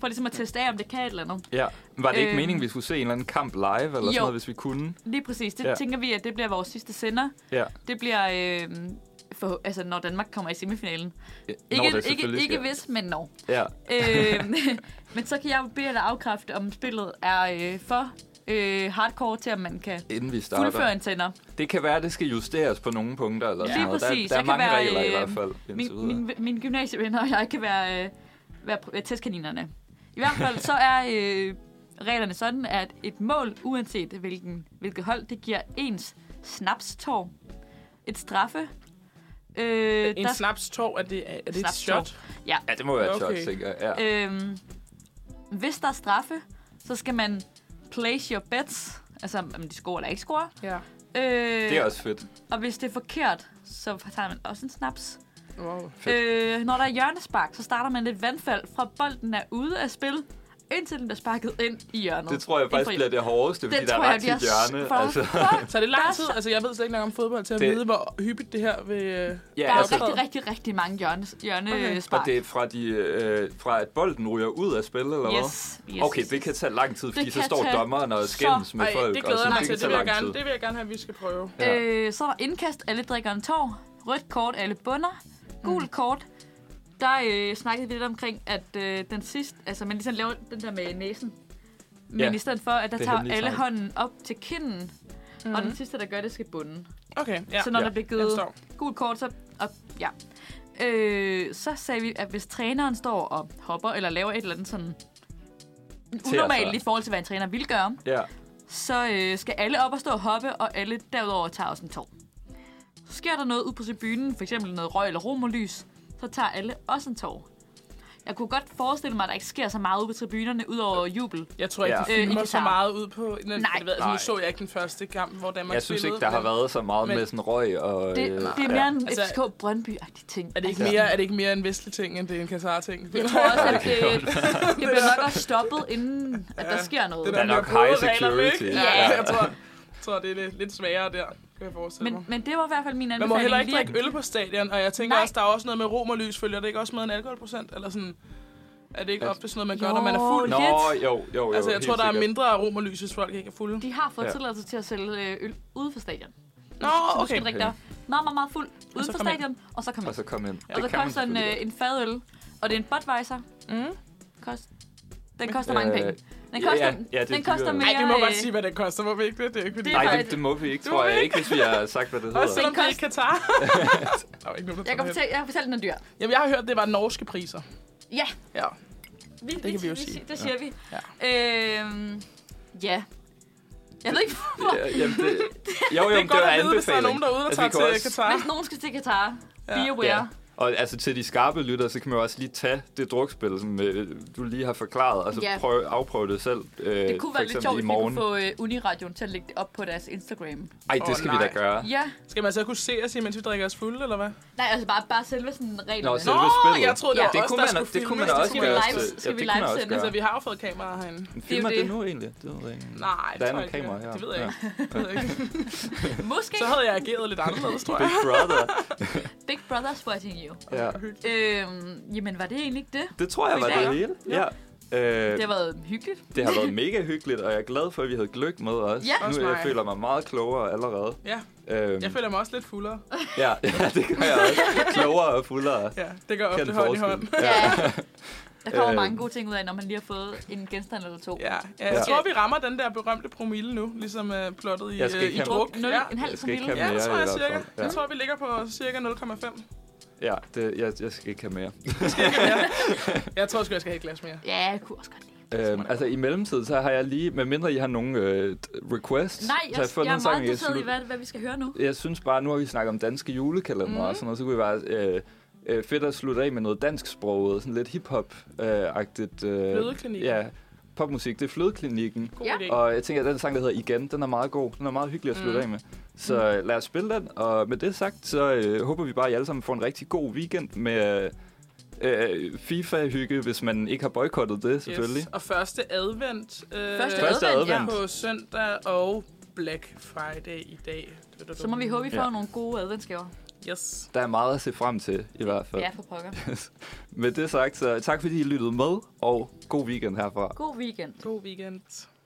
For ligesom at teste af, om det kan et eller andet.
Ja. Var det ikke
Øhm.
meningen, vi skulle se en eller anden kamp live eller sådan
Jo.
noget, hvis vi kunne?
Lige præcis. Det
Ja.
ja. tænker vi, at det bliver vores sidste sender.
Ja.
Det bliver, øh, for, altså, når Danmark kommer i semifinalen.
Når
Ikke,
det
ikke,
selvfølgelig
ikke
sker.
hvis, men når.
Ja.
øh, men så kan jeg jo bede dig afkræfte, om spillet er øh, for øh, hardcore til, at man kan
Inden vi starter.
fuldføre en tænder.
Det kan være, at det skal justeres på nogle punkter. Eller
Ja.
sådan
Lige
noget.
præcis.
Der, der er
Jeg
mange
kan
regler
være,
i
øh,
hvert fald. indtil
Min,
videre.
min, min gymnasievenner og jeg kan være, øh, være pr- testkaninerne. I hvert fald så er øh, reglerne sådan, at et mål, uanset hvilken, hvilket hold, det giver ens snapstår, et straffe, øh,
En snapstår, er det, er det et
Snapstår.
shot?
Ja, det må være okay.
Okay.
sjovt, tænker jeg. Ja.
Øhm, hvis der er straffe, så skal man place your bets. Altså, om de scorer eller ikke scorer.
Ja.
Øh,
Det er også fedt.
Og hvis det er forkert, så tager man også en snaps.
Wow.
Øh, når der er hjørnespark, så starter man lidt vandfald fra bolden er ude af spil, indtil den bliver sparket ind i hjørnet.
Det tror jeg faktisk bliver det hårdeste, fordi
det
der
tror
er
jeg
ret til
bliver
hjørne.
for
Altså.
fuck.
Så er det
Der er
lang tid?
så-
Altså, jeg ved slet ikke nok om fodbold til at
Det-
vide, hvor hyppigt det her vil... øh,
Ja,
Der er jo
altså-
rigtig, rigtig, rigtig mange hjørnes, hjørnespark.
Og det er fra, de, øh, fra at bolden ryger ud af spillet, eller hvad?
yes, yes,
Okay,
yes.
det kan tage lang tid, fordi så
kan
står
tage
dommeren og
så-
skændes med
Ej,
folk.
det
og
glæder
sådan,
jeg mig til.
kan
Det vil
tage
jeg,
lang
gerne,
tid.
det vil jeg gerne have, at vi skal prøve.
Ja.
Øh, så er der indkast, alle drikker en tår. Rødt kort, alle bunder. Gul
Mhm.
mm. kort. Der øh, snakkede vi lidt omkring, at øh, den sidste... Altså, man ligesom laver den der med næsen. Men
Ja.
i stedet for, at der
Det er
tager
hemmelige
alle
tegn.
hånden op til kinden, mm. og den sidste, der gør det, skal bunde.
Okay, ja.
Ja. Så når
Ja.
ja. der bliver
Jeg
givet
forstår.
gul kort, så... Og, ja. Øh, så sagde vi, at hvis træneren står og hopper eller laver et eller andet sådan unormalt i forhold til, hvad en træner vil gøre,
Ja.
så øh, skal alle op og stå og hoppe, og alle derudover tager også en tår. Så sker der noget ud på tribunen, f.eks. noget røg eller romerlys, så tager alle også en tår. Jeg kunne godt forestille mig, at der ikke sker så meget ude på tribunerne, udover jubel.
Jeg tror ikke,
Ja.
ja. de
Øh, i
filmer øh, så
Qatar.
meget ud på... Nej.
Nej.
Jeg ved, altså,
Nej.
nu så jeg ikke den første kamp, hvor Danmark
Jeg synes
spillede,
ikke, der har
men
været så meget
men-
med sådan røg og...
Det,
øh,
det er mere
ja.
en
Altså,
FCK Brøndby-agtig ting. Altså,
Er det,
Altså-
ikke mere, er det ikke mere en vestlig ting, end det er en Katar-ting?
Jeg tror også, at det, det bliver nok også stoppet, inden at der sker noget.
Det
Der er
med
nok
at bryde
high
reglerne, ikke?
security.
Ja,
Ja.
jeg tror, jeg tror, det er lidt, lidt sværere der, kan jeg forestille mig.
Men, men det var i hvert fald min
Man
anbefaling.
må heller ikke
lige at-
drikke øl på stadion, og jeg tænker
Nej.
også, der er også noget med rom og lys, følger det ikke også med en alkoholprocent? Eller sådan, er det ikke
Ja.
op til sådan noget, man gør,
Jo,
når man er fuld?
lidt.
Nå, jo, jo, jo.
altså, jeg
helt
tror, der er
sikkert.
mindre rom og lys, hvis folk ikke er fulde.
De har fået
Ja.
ja. tilladelse til at sælge øh, øl ude for stadion.
Nå,
Så du
okay.
skal drikke dig meget, meget, meget fuld uden for
kom ind.
stadion, og så kommer
Og så kom ind.
Og så koster en, øh, en fadøl, og det er en Budweiser.
Mm.
Kost, den koster mange penge. Den
Øh, ja,
koster,
ja, det er
den koster
dyrere.
mere...
Ej, vi må
øh,
godt sige, hvad det koster. Må vi ikke det? Det er ikke, fordi...
Det er
Nej, det,
faktisk-
det må vi ikke,
Det
tror
må vi
jeg ikke,
ikke.
hvis vi har sagt, hvad det hedder.
Også selvom det
Den
er i Katar. Der er ikke nogen, der
Jeg
tager
kan
det hen.
fortælle, jeg kan fortælle, den er dyr.
Jamen, jeg har hørt, det var norske priser.
Ja,
Ja.
vi, det
kan vi jo sige.
Det siger vi.
Ja.
Øhm, ja. Jeg ved ikke, hvorfor.
Ja, jamen, det, jo, jo,
Det
det,
er godt
var
at vide, hvis der er nogen derude, der
Altså, vi
tager
kan
til
også-
Katar.
Hvis nogen skal til Katar, be aware.
Ja. Og altså til de skarpe lytter, så kan man jo også lige tage det drukspil, som øh, du lige har forklaret, og så
Ja.
prøve, afprøve det selv. Øh,
Det kunne
for
være lidt
eksempel
sjovt,
i
hvis vi
morgen.
kunne få øh, Uniradion til at lægge det op på deres Instagram.
Ej, det
Åh,
skal vi
nej.
da gøre.
Ja.
Skal man så kunne se os, mens vi drikker os fulde, eller hvad?
Nej, altså bare, bare selve sådan reglerne.
Nå, så-
Nå,
Selve spillet.
jeg troede, det
Ja.
var
Det
os,
kunne
der
man,
skulle
det kunne
filme,
man
så
også
skulle
gøre.
vi
live-
til-
skal
ja,
vi
det kunne man også
livesende?
gøre.
Altså, vi har jo fået kameraer herinde.
Filmer
jo
det
det.
nu egentlig? Det ved jeg ikke.
Nej, det
Der er
tror
nogle
jeg ikke.
kameraer her.
Det ved jeg
Ja.
ikke. Det ved jeg ikke.
Måske
Så havde jeg ageret lidt anderledes, tror jeg.
Big Brother.
Big Brother's watching you.
Ja.
Øhm, jamen, var det egentlig ikke det?
Det tror jeg var
I dag,
det hele. Ja. Øh,
Det har været hyggeligt.
det har været mega hyggeligt, og jeg er glad for, at vi havde gløk med os.
Ja.
Nu
Også
jeg
mig.
føler mig meget klogere allerede.
Ja,
Øhm,
jeg føler mig også lidt fuldere.
ja, ja, det gør jeg også. Klogere og fuldere.
Ja, det går
Kan
ofte
en
hånd i
forskel.
hånd.
Ja. Der kommer
Øh.
øh. mange gode ting ud af, når man lige har fået en genstand eller to.
Ja, ja, jeg
Ja.
tror, vi rammer den der berømte promille nu, ligesom øh, plottet i,
Jeg skal
øh,
ikke
i
have-
druk.
Nul,
Ja.
en halv
Jeg skal ikke
promille.
have
Ja, det tror
mere i
jeg
hvert
cirka.
fald. Ja.
Jeg tror, vi ligger på cirka 0,5.
Ja, det, jeg, jeg skal ikke have mere.
Jeg tror sgu, jeg skal have et glas mere.
Ja, jeg kunne også godt lide.
Øhm, altså i mellemtiden, så har jeg lige, medmindre I har nogle øh, t- requests,
Nej,
så
jeg,
har fundet
jeg
en
er meget
sang,
interesseret i,
synes-
hvad, hvad vi skal høre nu.
jeg synes bare, nu har vi snakket om danske julekalender
Mhm.
mm. og sådan noget, så kunne vi bare øh, øh, fedt at slutte af med noget dansksproget, sådan lidt hiphop-agtigt. Øh,
Flødeklinikken.
Ja, popmusik, det er Flødeklinikken.
God
Ja.
idé.
Og jeg tænker, at den sang, der hedder Igen, den er meget god. Den er meget hyggelig at slutte mm. af med. Så lad os spille den, og med det sagt, så øh, håber vi bare, at I alle sammen får en rigtig god weekend med øh, FIFA-hygge, hvis man ikke har boykottet det, selvfølgelig.
Yes. Og første advent. Øh,
Første
Første
advent,
advent.
ja.
På søndag og Black Friday i dag.
Så må vi håbe, vi får
Ja.
ja. nogle gode adventsgaver.
Yes.
Der er meget at se frem til, i hvert fald.
Ja, for pokker.
Med det sagt, så tak fordi I lyttede med, og god weekend herfra.
God weekend.
God weekend.